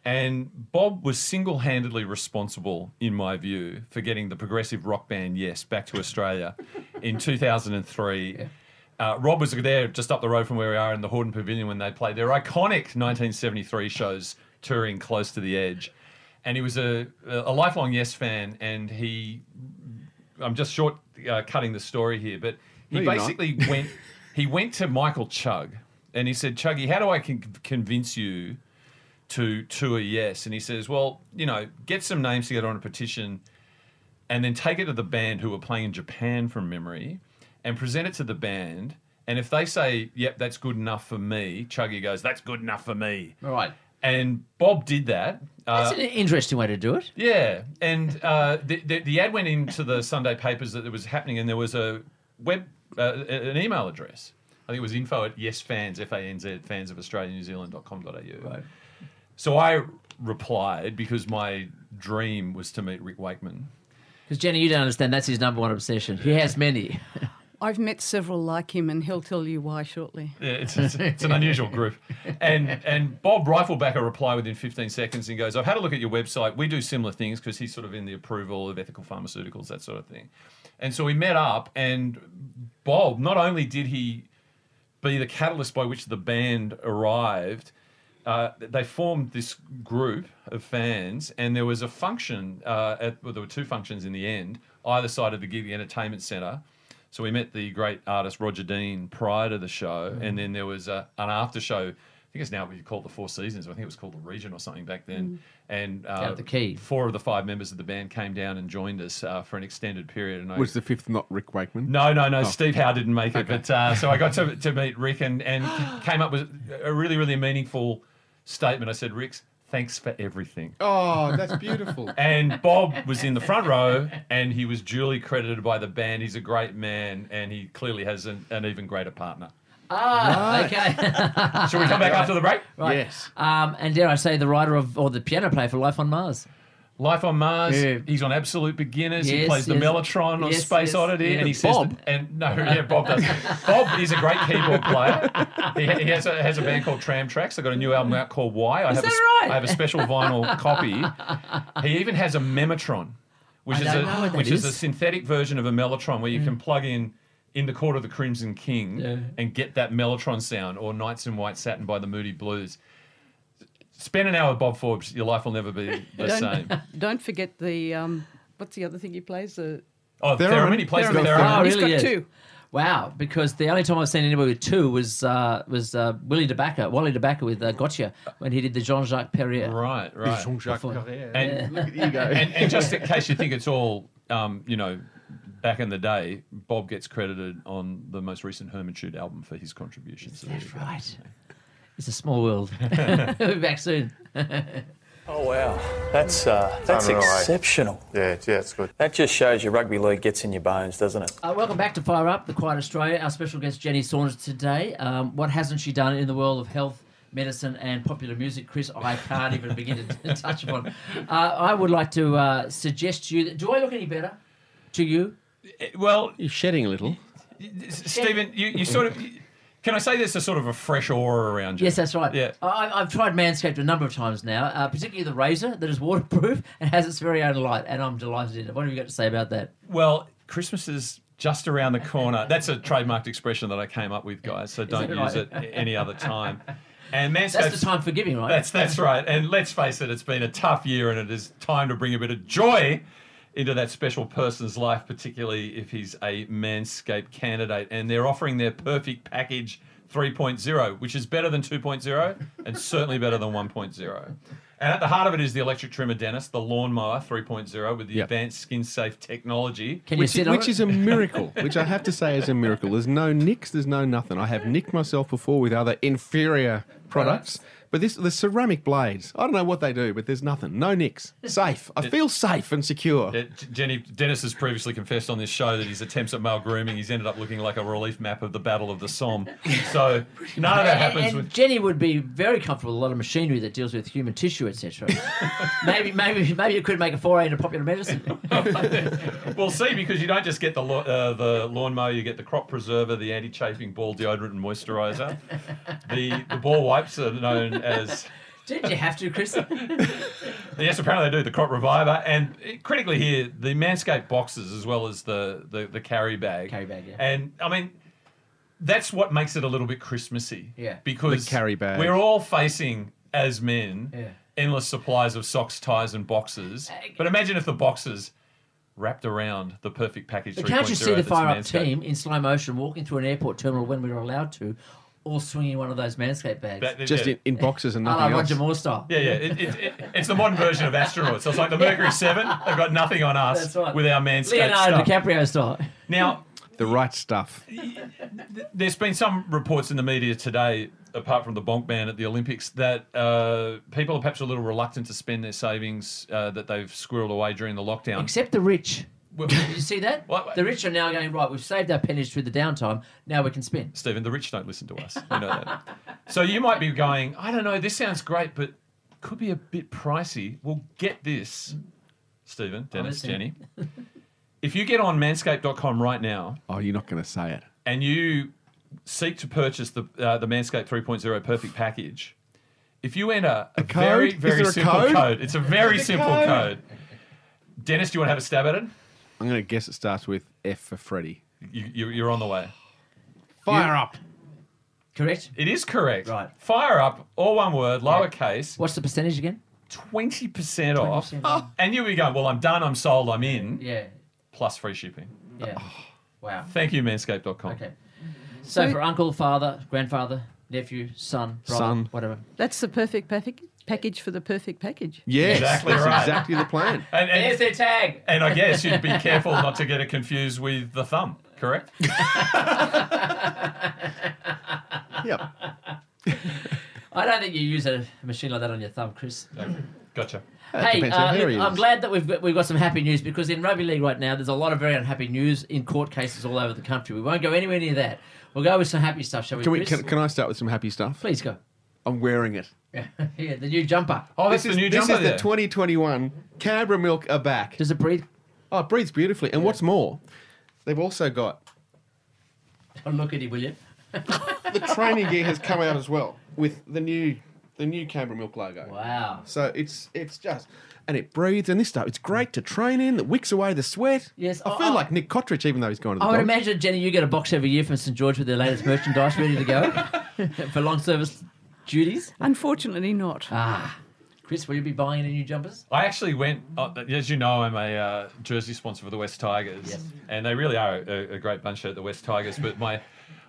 Speaker 4: And Bob was single handedly responsible, in my view, for getting the progressive rock band Yes back to Australia in 2003. Uh, Rob was there just up the road from where we are in the Horden Pavilion when they played their iconic 1973 shows touring close to the edge. And he was a, a lifelong Yes fan, and he I'm just short uh, cutting the story here, but he
Speaker 6: No, you're not.
Speaker 4: basically went. He went to Michael Chug and he said, "Chuggy, how do I con- convince you to tour Yes?" And he says, "Well, you know, get some names together on a petition, and then take it to the band who were playing in Japan from memory, and present it to the band. And if they say, "Yep, that's good enough for me," Chuggy goes, "That's good enough for me."
Speaker 3: Right.
Speaker 4: And Bob did that. Uh,
Speaker 3: That's an interesting way to do it.
Speaker 4: yeah, and uh, the, the the ad went into the Sunday papers that it was happening, and there was a web uh, an email address. I think it was info at yesfans f a n z fans of Australia New Zealand dot com dot au. Right. So I replied because my dream was to meet Rick Wakeman.
Speaker 3: Because Jenny, you don't understand. That's his number one obsession. He has many.
Speaker 5: I've met several like him, and he'll tell you why shortly.
Speaker 4: Yeah, it's, it's, it's an unusual group. And and Bob rifled back a reply within 15 seconds and goes, I've had a look at your website. We do similar things because he's sort of in the approval of ethical pharmaceuticals, that sort of thing. And so we met up, and Bob, not only did he be the catalyst by which the band arrived, uh, they formed this group of fans, and there was a function. Uh, at, well, there were two functions in the end, either side of the Gig Entertainment Centre. So we met the great artist Roger Dean prior to the show, and then there was a, an after show. I think it's now what you call it the Four Seasons. I think it was called the Region or something back then. And uh,
Speaker 3: at the Quay.
Speaker 4: four of the five members of the band came down and joined us uh, for an extended period. And I,
Speaker 6: Was the fifth not Rick Wakeman?
Speaker 4: no, no, no. Steve Howe didn't make it, but uh, so I got to, to meet Rick and, and came up with a really, really meaningful statement. I said, Rick's, thanks for everything.
Speaker 6: Oh, that's beautiful.
Speaker 4: And Bob was in the front row and he was duly credited by the band. He's a great man and he clearly has an, an even greater partner.
Speaker 3: Ah, okay.
Speaker 4: Shall we come back after the break?
Speaker 3: Right.
Speaker 6: Yes.
Speaker 3: Um, and dare I say, the writer of or the piano player for Life on Mars.
Speaker 4: Life on Mars.
Speaker 6: Yeah.
Speaker 4: He's on Absolute Beginners. he
Speaker 3: Yes,
Speaker 4: plays the
Speaker 3: yes.
Speaker 4: Mellotron on
Speaker 3: Yes,
Speaker 4: Space
Speaker 3: yes.
Speaker 4: Oddity,
Speaker 3: Yeah.
Speaker 4: and he says,
Speaker 6: Bob?
Speaker 4: that- and no, yeah, Bob does. Bob is a great keyboard player. He, he has a has a band called Tram Tracks. They've got a new album out called Why. I have a,
Speaker 3: that
Speaker 4: s-
Speaker 3: right?
Speaker 4: I have a special vinyl copy. He even has a Memetron, which
Speaker 3: I
Speaker 4: is
Speaker 3: don't
Speaker 4: a
Speaker 3: know what that
Speaker 4: which is. a
Speaker 3: is. Mm.
Speaker 4: synthetic version of a Mellotron where you can plug in. In the Court of the Crimson King, and get that Mellotron sound, or Knights in White Satin by the Moody Blues. Spend an hour with Bob Forbes, your life will never be the same.
Speaker 5: Don't, don't forget the um, what's the other thing he plays? The
Speaker 4: Oh,
Speaker 6: Theremin.
Speaker 4: Theremin. He plays the
Speaker 6: Theremin.
Speaker 4: Theremin.
Speaker 3: Oh,
Speaker 5: He's
Speaker 3: really? Yes.
Speaker 5: got two.
Speaker 3: Wow, because the only time I've seen anybody with two was uh, was uh, Willie DeBacca, Wally DeBacca with uh, Gotcha when he did the Jean Jacques Perrier.
Speaker 4: Right, right. And,
Speaker 6: Look at you go.
Speaker 4: and and just in case you think it's all, um, you know, back in the day, Bob gets credited on the most recent Hermitude album for his contributions.
Speaker 3: That's right. It's a small world. we'll be back soon.
Speaker 7: Oh wow, that's uh, that's
Speaker 8: Unreal, eh?
Speaker 7: exceptional.
Speaker 8: Yeah, yeah, it's good.
Speaker 7: That just shows your rugby league gets in your bones, doesn't it?
Speaker 3: Uh, welcome back to Fire Up, the Quiet Australia. Our special guest Jenny Saunders today. Um, what hasn't she done in the world of health, medicine, and popular music, Chris? I can't even begin to touch upon. Uh, I would like to uh, suggest to you that. Do I look any better to you?
Speaker 4: Eh, Well,
Speaker 6: You're shedding a little.
Speaker 4: Stephen, you, you sort of. Can I say there's a sort of a fresh aura around you?
Speaker 3: Yes, that's right.
Speaker 4: Yeah.
Speaker 3: I- I, I've tried Manscaped a number of times now, uh, particularly the razor that is waterproof and has its very own light, and I'm delighted in it. What have you got to say about that?
Speaker 4: Well, Christmas is just around the corner. That's a trademarked expression that I came up with, guys. So don't
Speaker 3: that
Speaker 4: use it
Speaker 3: right?
Speaker 4: any other time. And
Speaker 3: That's
Speaker 4: Manscaped.
Speaker 3: the time for giving, right?
Speaker 4: That's that's right. And let's face it, it's been a tough year, and it is time to bring a bit of joy into that special person's life, particularly if he's a Manscaped candidate. And they're offering their perfect package 3.0, which is better than 2.0 and certainly better than 1.0. And at the heart of it is the electric trimmer, Dennis, the lawnmower 3.0 with the
Speaker 6: Yep.
Speaker 4: advanced skin safe technology.
Speaker 3: Can
Speaker 6: Which,
Speaker 3: you
Speaker 6: is,
Speaker 3: sit on
Speaker 6: which
Speaker 3: it?
Speaker 6: is a miracle, which I have to say is a miracle. There's no nicks, there's no nothing. I have nicked myself before with other inferior products, but this the ceramic blades. I don't know what they do, but there's nothing. No nicks. Safe. I feel safe and secure.
Speaker 4: Uh, J- Jenny Dennis has previously confessed on this show that his attempts at male grooming, he's ended up looking like a relief map of the Battle of the Somme. So none of that
Speaker 3: And-
Speaker 4: happens
Speaker 3: and
Speaker 4: with
Speaker 3: Jenny would be very comfortable with a lot of machinery that deals with human tissue, etc. maybe, maybe, maybe it could make a foray into popular medicine.
Speaker 4: Well, see, because you don't just get the lo- uh, the lawnmower, you get the crop preserver, the anti-chafing ball deodorant and moisturizer. The the ball wipes are known as
Speaker 3: Did you have to, Chris?
Speaker 4: yes, apparently they do the crop reviver, and eh, critically here the Manscaped boxes as well as the the, the carry bag.
Speaker 3: Carry bag, yeah.
Speaker 4: And I mean. That's what makes it a little bit Christmassy.
Speaker 3: Yeah.
Speaker 4: Because
Speaker 6: The carry bag.
Speaker 4: we're all facing, as men,
Speaker 3: Yeah.
Speaker 4: endless supplies of socks, ties, and boxes. But imagine if the boxes wrapped around the perfect package.
Speaker 3: But can't you
Speaker 4: 3.0
Speaker 3: see the
Speaker 4: that's
Speaker 3: fire up
Speaker 4: Manscaped?
Speaker 3: team in slow motion walking through an airport terminal when we were allowed to, all swinging one of those Manscaped bags?
Speaker 4: That-
Speaker 6: Just
Speaker 4: yeah.
Speaker 6: in, in boxes and
Speaker 3: I
Speaker 6: nothing
Speaker 3: like
Speaker 6: else.
Speaker 3: Roger Moore style.
Speaker 4: Yeah, yeah. It, it, it, it's the modern version of astronauts. So it's like the Mercury 7. They've got nothing on us
Speaker 3: That's right.
Speaker 4: with our Manscaped
Speaker 3: Leonardo
Speaker 4: stuff.
Speaker 3: DiCaprio style.
Speaker 4: Now,
Speaker 6: the right stuff.
Speaker 4: There's been some reports in the media today, apart from the bonk ban at the Olympics, that uh, people are perhaps a little reluctant to spend their savings uh, that they've squirreled away during the lockdown.
Speaker 3: Except the rich.
Speaker 4: Well-
Speaker 3: Did you see that?
Speaker 4: What-
Speaker 3: The rich are now going, right, we've saved our pennies through the downtime. Now we can spend.
Speaker 4: Stephen, the rich don't listen to us. We know that. so you might be going, I don't know, this sounds great, but could be a bit pricey. Well, get this, Stephen, Dennis, Jenny.
Speaker 3: listening.
Speaker 4: If you get on manscaped.com right now
Speaker 6: Oh, you're not going to say it.
Speaker 4: and you seek to purchase the, uh, the Manscaped 3.0 Perfect Package, if you enter a,
Speaker 6: code?
Speaker 4: very,
Speaker 6: Is
Speaker 4: very
Speaker 6: there a
Speaker 4: simple code?
Speaker 6: code?
Speaker 4: it's a very simple code.
Speaker 6: code?
Speaker 4: Dennis, do you want to have a stab at it?
Speaker 6: I'm going to guess it starts with F for Freddy.
Speaker 4: You, you, you're on the way.
Speaker 6: Fire up.
Speaker 3: Correct?
Speaker 4: It is correct.
Speaker 3: Right.
Speaker 4: Fire up, all one word, lowercase.
Speaker 3: What's the percentage again?
Speaker 4: twenty percent off,
Speaker 3: 20% off.
Speaker 4: and you were going, "Well, I'm done. I'm sold. I'm in."
Speaker 3: Yeah.
Speaker 4: Plus free shipping.
Speaker 3: Yeah. Wow.
Speaker 4: Thank you, Manscaped.com.
Speaker 3: Okay. So, for uncle, father, grandfather, nephew, son, brother,
Speaker 6: Son.
Speaker 3: whatever.
Speaker 5: That's the perfect perfect package for the perfect package.
Speaker 6: Yes,
Speaker 4: Exactly
Speaker 6: that's
Speaker 4: right.
Speaker 6: exactly the plan.
Speaker 4: And,
Speaker 3: There's
Speaker 4: and,
Speaker 3: their tag.
Speaker 4: and I guess you'd be careful not to get it confused with the thumb, correct?
Speaker 6: Yep.
Speaker 3: I don't think you use a machine like that on your thumb, Chris.
Speaker 4: Gotcha.
Speaker 3: Hey,
Speaker 6: depends how
Speaker 3: uh,
Speaker 6: hairy
Speaker 3: look,
Speaker 6: he
Speaker 3: I'm
Speaker 6: is.
Speaker 3: glad that we've got, we've got some happy news because in rugby league right now, there's a lot of very unhappy news in court cases all over the country. We won't go anywhere near that. We'll go with some happy stuff, shall we?
Speaker 6: Can we?
Speaker 3: Chris?
Speaker 6: Can, can I start with some happy stuff?
Speaker 3: Please go.
Speaker 6: I'm wearing it.
Speaker 3: yeah, the new jumper.
Speaker 4: Oh, that's
Speaker 6: this
Speaker 4: the new
Speaker 6: is, this
Speaker 4: jumper
Speaker 6: is
Speaker 4: there.
Speaker 6: the 2021 Canberra Milk are back.
Speaker 3: Does it breathe?
Speaker 6: Oh, it breathes beautifully. And what's more, they've also got
Speaker 3: Oh, look at it, will you?
Speaker 6: the training gear has come out as well with the new the new Canberra Milk logo.
Speaker 3: Wow.
Speaker 6: So it's it's just and it breathes and this stuff. It's great to train in. It wicks away the sweat.
Speaker 3: Yes,
Speaker 6: I
Speaker 3: I-
Speaker 6: feel
Speaker 3: I-
Speaker 6: like Nick Cottridge, even though he's gone to the.
Speaker 3: I would
Speaker 6: dogs.
Speaker 3: imagine, Jenny, you get a box every year from St George with their latest merchandise ready to go for long service duties.
Speaker 5: Unfortunately, not.
Speaker 3: Ah, Chris, will you be buying any new jumpers?
Speaker 4: I actually went, uh, as you know, I'm a uh, jersey sponsor for the West Tigers,
Speaker 3: Yes.
Speaker 4: and they really are a, a great bunch at the West Tigers. But my,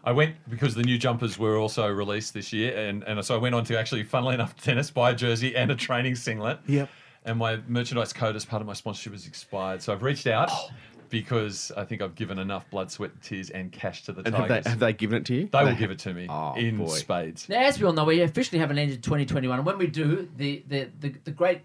Speaker 4: I went because the new jumpers were also released this year, and, and so I went on to actually, funnily enough, tennis buy a jersey and a training singlet.
Speaker 6: Yep.
Speaker 4: And my merchandise code as part of my sponsorship has expired, so I've reached out because I think I've given enough blood, sweat, tears, and cash to the
Speaker 6: And have
Speaker 4: Tigers.
Speaker 6: they, have they given it to you?
Speaker 4: they will give it to me
Speaker 6: Oh,
Speaker 4: in
Speaker 6: boy.
Speaker 4: spades.
Speaker 3: Now, as we all know, we officially haven't ended 2021. And when we do, the, the, the, the great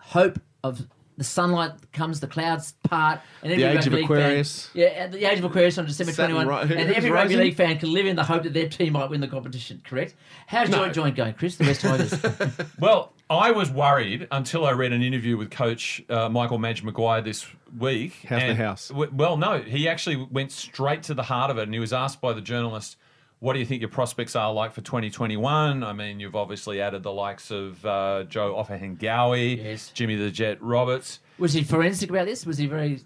Speaker 3: hope of the sunlight comes, the clouds part, and every
Speaker 6: The age
Speaker 3: rugby
Speaker 6: of
Speaker 3: league
Speaker 6: Aquarius.
Speaker 3: Fan, yeah, and the age of Aquarius on December
Speaker 6: Saturn
Speaker 3: 21.
Speaker 6: ri- who-
Speaker 3: and
Speaker 6: who's
Speaker 3: every rugby
Speaker 6: rising?
Speaker 3: league fan can live in the hope that their team might win the competition, correct? How's your joint going, Chris? The West Tigers.
Speaker 4: Well, I was worried until I read an interview with Coach uh, Michael Madge Maguire this week.
Speaker 6: How's the
Speaker 4: And-
Speaker 6: house?
Speaker 4: w- well, no, he actually went straight to the heart of it, and he was asked by the journalist, "What do you think your prospects are like for 2021?" I mean, you've obviously added the likes of uh, Joe Offahengawi,
Speaker 3: Yes.
Speaker 4: Jimmy the Jet Roberts.
Speaker 3: Was he forensic about this? Was he very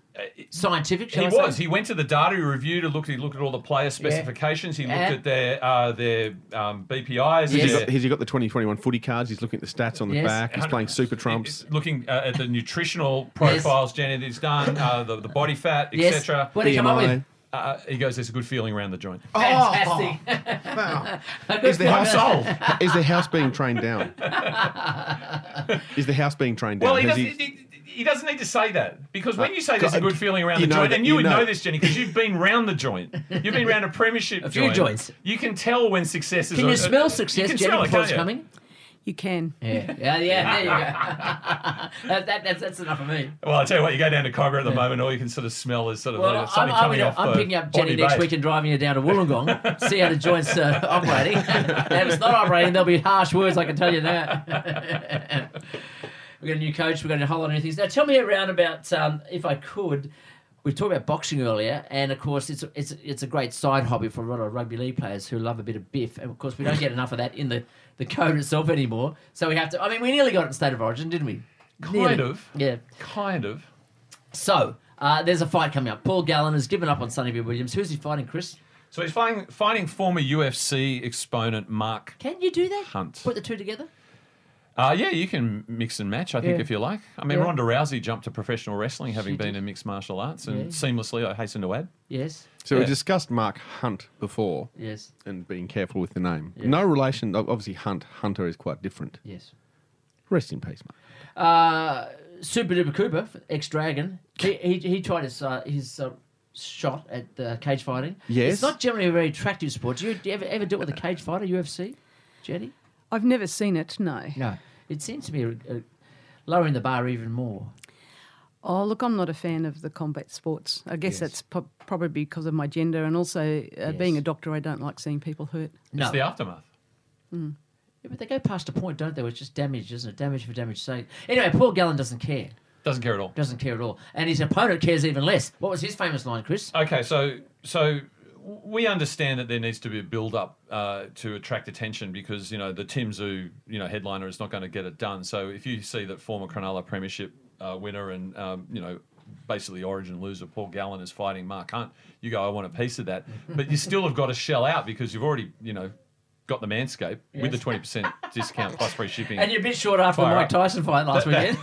Speaker 3: scientific? shall
Speaker 4: Uh, He
Speaker 3: I say?
Speaker 4: was. He went to the data he reviewed. He looked. He looked at all the player specifications. He looked
Speaker 3: Yeah.
Speaker 4: at their uh, their um, BPIs.
Speaker 3: Yes.
Speaker 6: He's
Speaker 4: their-
Speaker 6: got, he's got the 2021 footy cards. He's looking at the stats on the
Speaker 3: Yes.
Speaker 6: back. He's playing super trumps.
Speaker 4: It- Looking uh, at the nutritional profiles Janet has done, uh, the, the body fat,
Speaker 3: Yes.
Speaker 4: etc.
Speaker 3: What did he come up with?
Speaker 6: BMI.
Speaker 4: Uh, he goes, "There's a good feeling around the joint."
Speaker 6: Oh,
Speaker 3: Fantastic.
Speaker 4: Oh!
Speaker 3: A good
Speaker 6: Is the
Speaker 3: point.
Speaker 6: house
Speaker 4: sold?
Speaker 6: Is the house being trained down? Is the house being trained down?
Speaker 4: Well, he
Speaker 6: Has
Speaker 4: doesn't. He, he doesn't need to say that because when you say there's a
Speaker 6: Uh, God,
Speaker 4: good feeling around
Speaker 6: you
Speaker 4: the
Speaker 6: know
Speaker 4: joint,
Speaker 6: that-
Speaker 4: and you,
Speaker 6: you
Speaker 4: would
Speaker 6: know.
Speaker 4: know this, Jenny, because you've been round the joint. You've been round a premiership, a
Speaker 3: few
Speaker 4: joint.
Speaker 3: joints.
Speaker 4: You can tell when success is.
Speaker 3: Can
Speaker 4: on-
Speaker 3: you
Speaker 4: uh,
Speaker 3: smell success,
Speaker 4: can
Speaker 3: Jenny,
Speaker 4: smell it,
Speaker 3: before it's
Speaker 4: can't you?
Speaker 3: coming?
Speaker 5: You can.
Speaker 3: Yeah, yeah, yeah. There you go. that, that, that's, that's enough of me.
Speaker 4: Well, I tell you what, you go down to Cogra at the moment, all you can sort of smell is sort of
Speaker 3: Well,
Speaker 4: like
Speaker 3: I'm,
Speaker 4: something
Speaker 3: I'm,
Speaker 4: coming
Speaker 3: gonna-
Speaker 4: off.
Speaker 3: I'm
Speaker 4: the
Speaker 3: picking up Jenny
Speaker 4: body
Speaker 3: next
Speaker 4: base.
Speaker 3: week and driving her down to Wollongong, see how the joints uh, operating. and if it's not operating, there'll be harsh words. I can tell you that. we've got a new coach. We've got a whole lot of new things. Now, tell me around about um, if I could. We talked about boxing earlier, and of course, it's it's it's a great side hobby for a lot of rugby league players who love a bit of biff. And of course, we don't get enough of that in the, the code itself anymore. So we have to. I mean, we nearly got it in state of origin, didn't we?
Speaker 4: Kind of.
Speaker 3: Yeah.
Speaker 4: Kind of.
Speaker 3: So uh, there's a fight coming up. Paul Gallen has given up on Sonny B. Williams. Who's he fighting, Chris?
Speaker 4: So he's fighting, fighting former UFC exponent Mark.
Speaker 3: Can you do that?
Speaker 4: Hunt.
Speaker 3: Put the two together?
Speaker 4: Uh, yeah, you can mix and match, I think,
Speaker 3: Yeah.
Speaker 4: if you like. I mean,
Speaker 3: Yeah.
Speaker 4: Ronda Rousey jumped to professional wrestling, having
Speaker 3: She
Speaker 4: been
Speaker 3: did.
Speaker 4: in mixed martial arts, and
Speaker 3: Yeah.
Speaker 4: seamlessly, I hasten to add.
Speaker 3: Yes.
Speaker 6: So
Speaker 4: Yeah.
Speaker 6: we discussed Mark Hunt before
Speaker 3: Yes.
Speaker 6: and being careful with the name.
Speaker 3: Yeah.
Speaker 6: No relation. ob- Obviously, Hunt Hunter is quite different.
Speaker 3: Yes.
Speaker 6: Rest in peace, Mark.
Speaker 3: Uh, Super Duper Cooper, ex Dragon, he, he, he tried his, uh, his uh, shot at uh, cage fighting.
Speaker 6: Yes.
Speaker 3: It's not generally a very attractive sport. Do you, do you ever, ever do it with a cage fighter, UFC, Jetty?
Speaker 5: I've never seen it, no.
Speaker 3: No. It seems to be a, a lowering the bar even more.
Speaker 5: Oh, look, I'm not a fan of the combat sports. I guess
Speaker 3: Yes.
Speaker 5: that's po- probably because of my gender and also uh, being a doctor, I don't like seeing people hurt.
Speaker 3: No.
Speaker 4: It's the aftermath.
Speaker 3: Yeah, but they go past a point, don't they? Where it's just damage, isn't it? Damage for damage's sake. Anyway, Paul Gallen doesn't care.
Speaker 4: Doesn't care at all.
Speaker 3: Doesn't care at all. And his opponent cares even less. What was his famous line, Chris?
Speaker 4: Okay, so so we understand that there needs to be a build up uh, to attract attention because you know the Tim Zoo you know headliner is not going to get it done. So if you see that former Cronulla Premiership uh, winner and um, you know basically Origin loser Paul Gallen is fighting Mark Hunt, you go I want a piece of that. But you still have got to shell out because you've already you know got the Manscaped with the twenty percent discount plus free shipping.
Speaker 3: And you're a bit short after
Speaker 4: Fire
Speaker 3: the Mike
Speaker 4: up.
Speaker 3: Tyson fight last weekend.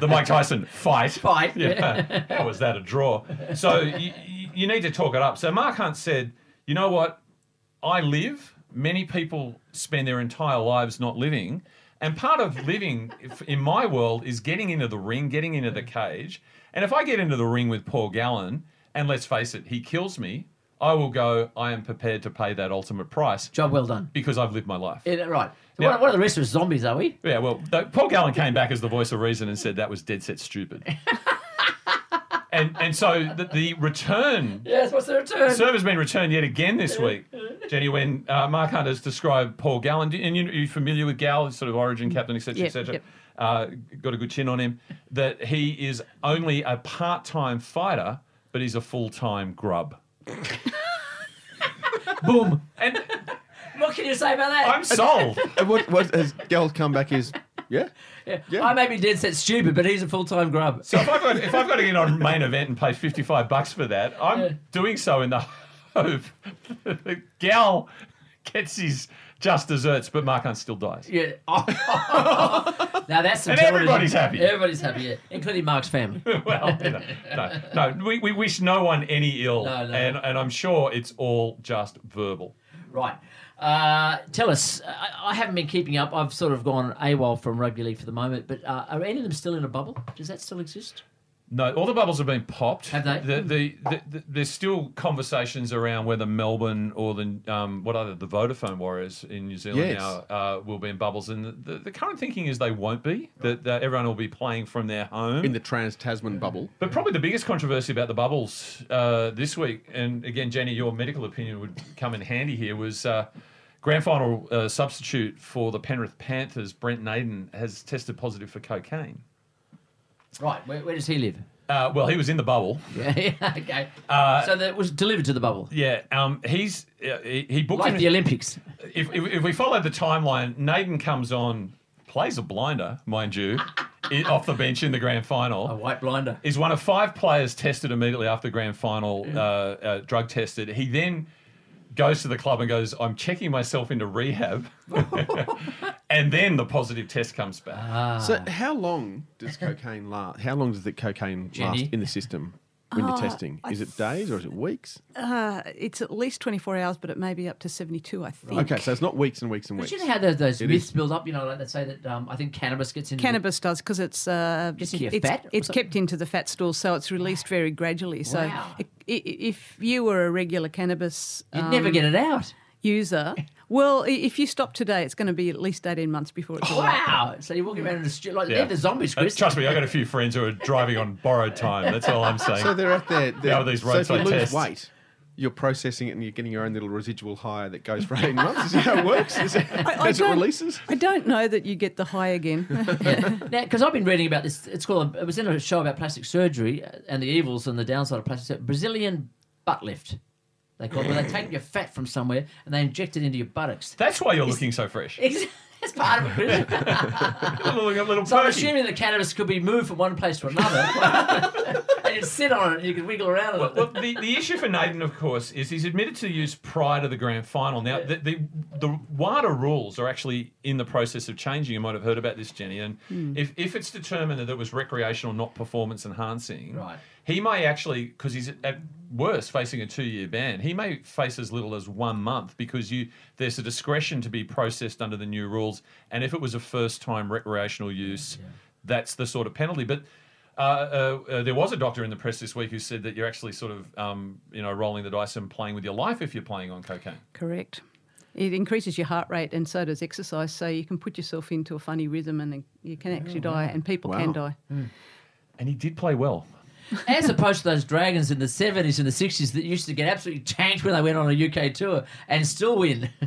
Speaker 4: the Mike Tyson fight.
Speaker 3: Fight,
Speaker 4: Yeah. How was that a draw? So you, you you need to talk it up. So Mark Hunt said, you know what? I live. Many people spend their entire lives not living. And part of living if- in my world is getting into the ring, getting into the cage. And if I get into the ring with Paul Gallen, and let's face it, he kills me, I will go, I am prepared to pay that ultimate price
Speaker 3: Job well done.
Speaker 4: because I've lived my life.
Speaker 3: Yeah, right. So
Speaker 4: Now-
Speaker 3: what, what are the rest of us zombies, are we?
Speaker 4: Yeah, well, th- Paul Gallen came back as the voice of reason and said that was dead set stupid. and and so the, the return
Speaker 3: Yes, what's the return?
Speaker 4: serve has been returned yet again this week, Jenny. When uh, Mark Hunt has described Paul Gallen, do- and you, you're familiar with Gal, sort of origin
Speaker 3: Mm.
Speaker 4: captain, etc.,
Speaker 5: Yep,
Speaker 4: etc.
Speaker 5: yep.
Speaker 4: Uh, got a good chin on him. That he is only a part-time fighter, but he's a full-time grub. Boom, and
Speaker 3: what can you say about that?
Speaker 4: I'm sold.
Speaker 6: And Uh, what, what has Gal's comeback is, yeah? yeah.
Speaker 3: I may be dead set stupid, but he's a full time grub.
Speaker 4: So if I've got if I've got to get on main event and pay fifty five bucks for that, I'm doing so in the hope that the gal gets his just desserts, but Mark Hunt still dies.
Speaker 3: Yeah. now that's some
Speaker 4: And
Speaker 3: television.
Speaker 4: everybody's happy.
Speaker 3: Everybody's happy, yeah. including Mark's family.
Speaker 4: well, you know, no, no, we, we wish no one any ill,
Speaker 3: No, no.
Speaker 4: and and I'm sure it's all just verbal.
Speaker 3: Right. Uh, tell us, I, I haven't been keeping up. I've sort of gone AWOL from rugby league for the moment, but uh, are any of them still in a bubble? Does that still exist?
Speaker 4: No, all the bubbles have been popped.
Speaker 3: Have they?
Speaker 4: The, the, the, the, there's still conversations around whether Melbourne or the um, what other the Vodafone Warriors in New Zealand
Speaker 6: Yes.
Speaker 4: now uh, will be in bubbles, and the, the, the current thinking is they won't be. That, that everyone will be playing from their home.
Speaker 6: In the trans Tasman bubble.
Speaker 4: but probably the biggest controversy about the bubbles uh, this week, and again, Jenny, your medical opinion would come in handy here, was uh, grand final uh, substitute for the Penrith Panthers, Brent Naden, has tested positive for cocaine.
Speaker 3: Right. Where, where does he live?
Speaker 4: Uh, well, he was in the bubble.
Speaker 3: Yeah. okay. so that was delivered to the bubble,
Speaker 4: Yeah, um, he's uh, he, he booked
Speaker 3: like
Speaker 4: in-
Speaker 3: the Olympics.
Speaker 4: if, if, if we follow the timeline, Naden comes on, plays a blinder, mind you, i- off the bench in the grand
Speaker 3: A
Speaker 4: final.
Speaker 3: white blinder.
Speaker 4: Is one of five players tested immediately after the grand final, uh, uh, drug tested. He then goes to the club and goes, "I'm checking myself into rehab," and then the positive test comes back.
Speaker 3: Ah,
Speaker 6: So how long does cocaine last? How long does the cocaine
Speaker 3: Jenny?
Speaker 6: last in the system when you're testing? Is it days or is it weeks?
Speaker 5: Uh, it's at least 24 hours, but it may be up to 72, I think.
Speaker 6: Okay, so it's not weeks and weeks and
Speaker 3: But
Speaker 6: weeks.
Speaker 3: you know how those, those
Speaker 6: It
Speaker 3: myths
Speaker 6: is.
Speaker 3: build up? You know, like they say that um, I think cannabis gets into
Speaker 5: Cannabis does because it's uh,
Speaker 3: Gets into your
Speaker 5: it's,
Speaker 3: fat or
Speaker 5: it's
Speaker 3: something?
Speaker 5: kept into the fat stores, so it's released very gradually. So
Speaker 3: Wow.
Speaker 5: i- i- if you were a regular cannabis
Speaker 3: You'd
Speaker 5: um,
Speaker 3: never get it out.
Speaker 5: user, well, i- if you stop today, it's going to be at least 18 months before it's all out.
Speaker 3: Oh, Wow! So you're walking around in the street like
Speaker 4: Yeah.
Speaker 3: they're the zombies,
Speaker 4: Uh,
Speaker 3: Chris.
Speaker 4: trust me, I've got a few friends who are driving on borrowed time. That's all I'm saying.
Speaker 6: so they're at their. their
Speaker 4: are these
Speaker 6: so if you
Speaker 4: roadside
Speaker 6: lose
Speaker 4: tests?
Speaker 6: weight, you're processing it and you're getting your own little residual high that goes for eight months. Is that how it works? Is it,
Speaker 5: I
Speaker 6: as it
Speaker 5: don't-
Speaker 6: releases?
Speaker 5: I don't know that you get the high again.
Speaker 3: because I've been reading about this. It's called. It was in a show about plastic surgery uh, and the evils and the downside of plastic surgery. Brazilian butt lift. They call it. Where they take your fat from somewhere and they inject it into your buttocks.
Speaker 4: That's why you're looking so fresh.
Speaker 3: Ex- That's part of it. Chris.
Speaker 4: You're looking a little
Speaker 3: So I'm
Speaker 4: perky.
Speaker 3: assuming that cannabis could be moved from one place to another. and you sit on it and you can wiggle around. on it.
Speaker 4: well, the, the issue for Naden, of course, is he's admitted to use prior to the grand final. Now, the, the, the WADA rules are actually in the process of changing. You might have heard about this, Jenny. And if, if it's determined that it was recreational, not performance enhancing,
Speaker 3: Right.
Speaker 4: he may actually, because he's at worst facing a two year ban, he may face as little as one month because you there's a discretion to be processed under the new rules. And if it was a first time recreational use, that's the sort of penalty. But Uh, uh, uh, there was a doctor in the press this week who said that you're actually sort of, um, you know, rolling the dice and playing with your life if you're playing on cocaine.
Speaker 5: Correct. It increases your heart rate, and so does exercise. So you can put yourself into a funny rhythm, and then you can actually die, and people
Speaker 6: Oh, Wow.
Speaker 5: can die.
Speaker 4: And he did play well.
Speaker 3: As opposed to those dragons in the 70s and the 60s that used to get absolutely tanked when they went on a UK tour and still win.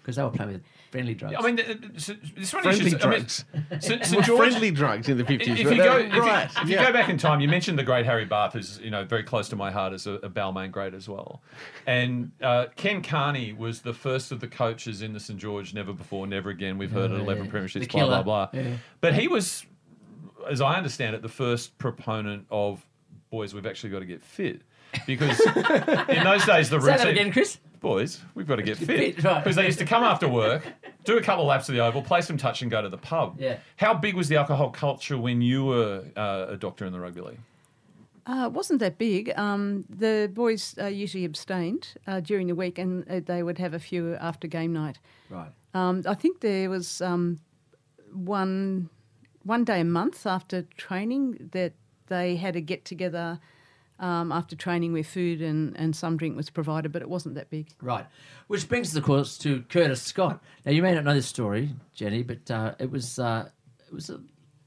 Speaker 3: Because they were playing with friendly drugs.
Speaker 4: I mean, th- th- so- this one
Speaker 6: Friendly
Speaker 4: is just,
Speaker 6: drugs.
Speaker 4: I mean, St.
Speaker 6: Well,
Speaker 4: St. George.
Speaker 6: friendly drugs in the 50s.
Speaker 4: If, if
Speaker 6: right?
Speaker 4: you go,
Speaker 6: They're
Speaker 4: if you-
Speaker 6: right.
Speaker 4: if you
Speaker 6: yeah.
Speaker 4: go back in time, you mentioned the great Harry Barth, who's you know very close to my heart as a, a Balmain great as well. And uh, Ken Carney was the first of the coaches in the St George Never Before, Never Again. We've heard it eleven
Speaker 3: The
Speaker 4: premierships, blah
Speaker 3: killer.
Speaker 4: blah blah.
Speaker 3: Yeah.
Speaker 4: But he was, as I understand it, the first proponent of boys. We've actually got to get fit because in those days the
Speaker 3: Say
Speaker 4: routine
Speaker 3: that again, Chris.
Speaker 4: boys, we've got to get fit.
Speaker 3: fit, right.
Speaker 4: Because they used to come after work, do a couple of laps of the oval, play some touch and go to the pub.
Speaker 3: Yeah.
Speaker 4: How big was the alcohol culture when you were uh, a doctor in the rugby league?
Speaker 5: Uh, it wasn't that big. Um, the boys uh, usually abstained uh, during the week, and uh, they would have a few after game night.
Speaker 3: Right.
Speaker 5: Um, I think there was um, one one day a month after training that they had a get together um, after training where food and, and some drink was provided, but it wasn't that big.
Speaker 3: Right. Which brings us, of course, to Curtis Scott. Now, you may not know this story, Jenny, but uh, it was uh, it was uh,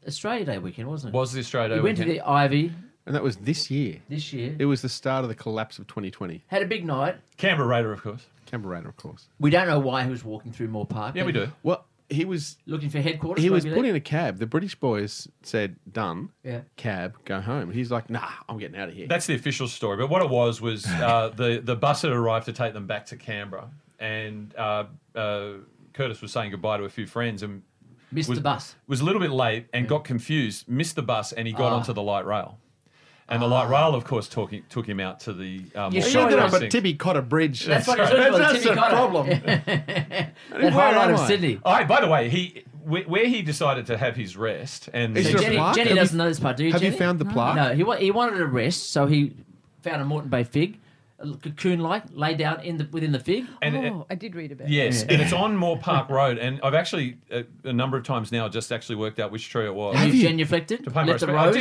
Speaker 3: Australia Day weekend, wasn't it?
Speaker 4: Was the Australia
Speaker 3: He
Speaker 4: Day
Speaker 3: went to
Speaker 4: weekend?
Speaker 3: the Ivy
Speaker 6: And that was this year.
Speaker 3: this year.
Speaker 6: It was the start of the collapse of 2020.
Speaker 3: Had a big night.
Speaker 4: Canberra Raider, of course.
Speaker 6: Canberra Raider, of course.
Speaker 3: We don't know why he was walking through Moore Park.
Speaker 4: Yeah, we do.
Speaker 6: Well, he was
Speaker 3: Looking for headquarters.
Speaker 6: he was
Speaker 3: rugby
Speaker 6: put
Speaker 3: league.
Speaker 6: in a cab. The British boys said, "Done,
Speaker 3: Yeah.
Speaker 6: cab, go home." He's like, "Nah, I'm getting out of here."
Speaker 4: That's the official story. But what it was was uh, the the bus had arrived to take them back to Canberra, and uh, uh, Curtis was saying goodbye to a few friends and
Speaker 3: Missed
Speaker 4: was,
Speaker 3: the bus.
Speaker 4: was a little bit late and got confused, missed the bus, and he got
Speaker 3: Ah.
Speaker 4: onto the light rail. And the light rail, of course, took, took him out to the. Um,
Speaker 3: You
Speaker 6: he
Speaker 3: Ah. sure
Speaker 6: ended
Speaker 3: you're
Speaker 6: up at Tibby Cotter Bridge.
Speaker 3: That's what he's looking for,
Speaker 6: That's
Speaker 3: Tibby
Speaker 6: the
Speaker 3: Cotter.
Speaker 6: problem.
Speaker 3: That
Speaker 6: Where
Speaker 3: highlight
Speaker 6: am
Speaker 3: of
Speaker 6: I?
Speaker 3: Sydney.
Speaker 4: Oh, hey, by the way, he where, where he decided to have his rest and
Speaker 6: Is
Speaker 3: So
Speaker 6: there a
Speaker 3: Jenny,
Speaker 6: plaque?
Speaker 3: Jenny
Speaker 6: Have you-
Speaker 3: doesn't know this part, do you?
Speaker 6: Have you
Speaker 3: Jenny?
Speaker 6: found the plaque?
Speaker 3: No, he, wa- he wanted a rest, so he found a Moreton Bay fig, cocoon like, lay down in the within the fig.
Speaker 4: and
Speaker 5: oh,
Speaker 4: uh,
Speaker 5: I did read about it.
Speaker 4: yes, and it's on Moore Park Road, and I've actually uh, a number of times now just actually worked out which tree it was.
Speaker 3: Have
Speaker 6: you-
Speaker 3: you genuflected?
Speaker 4: To pay my
Speaker 3: Let the
Speaker 4: respect- I
Speaker 3: rose.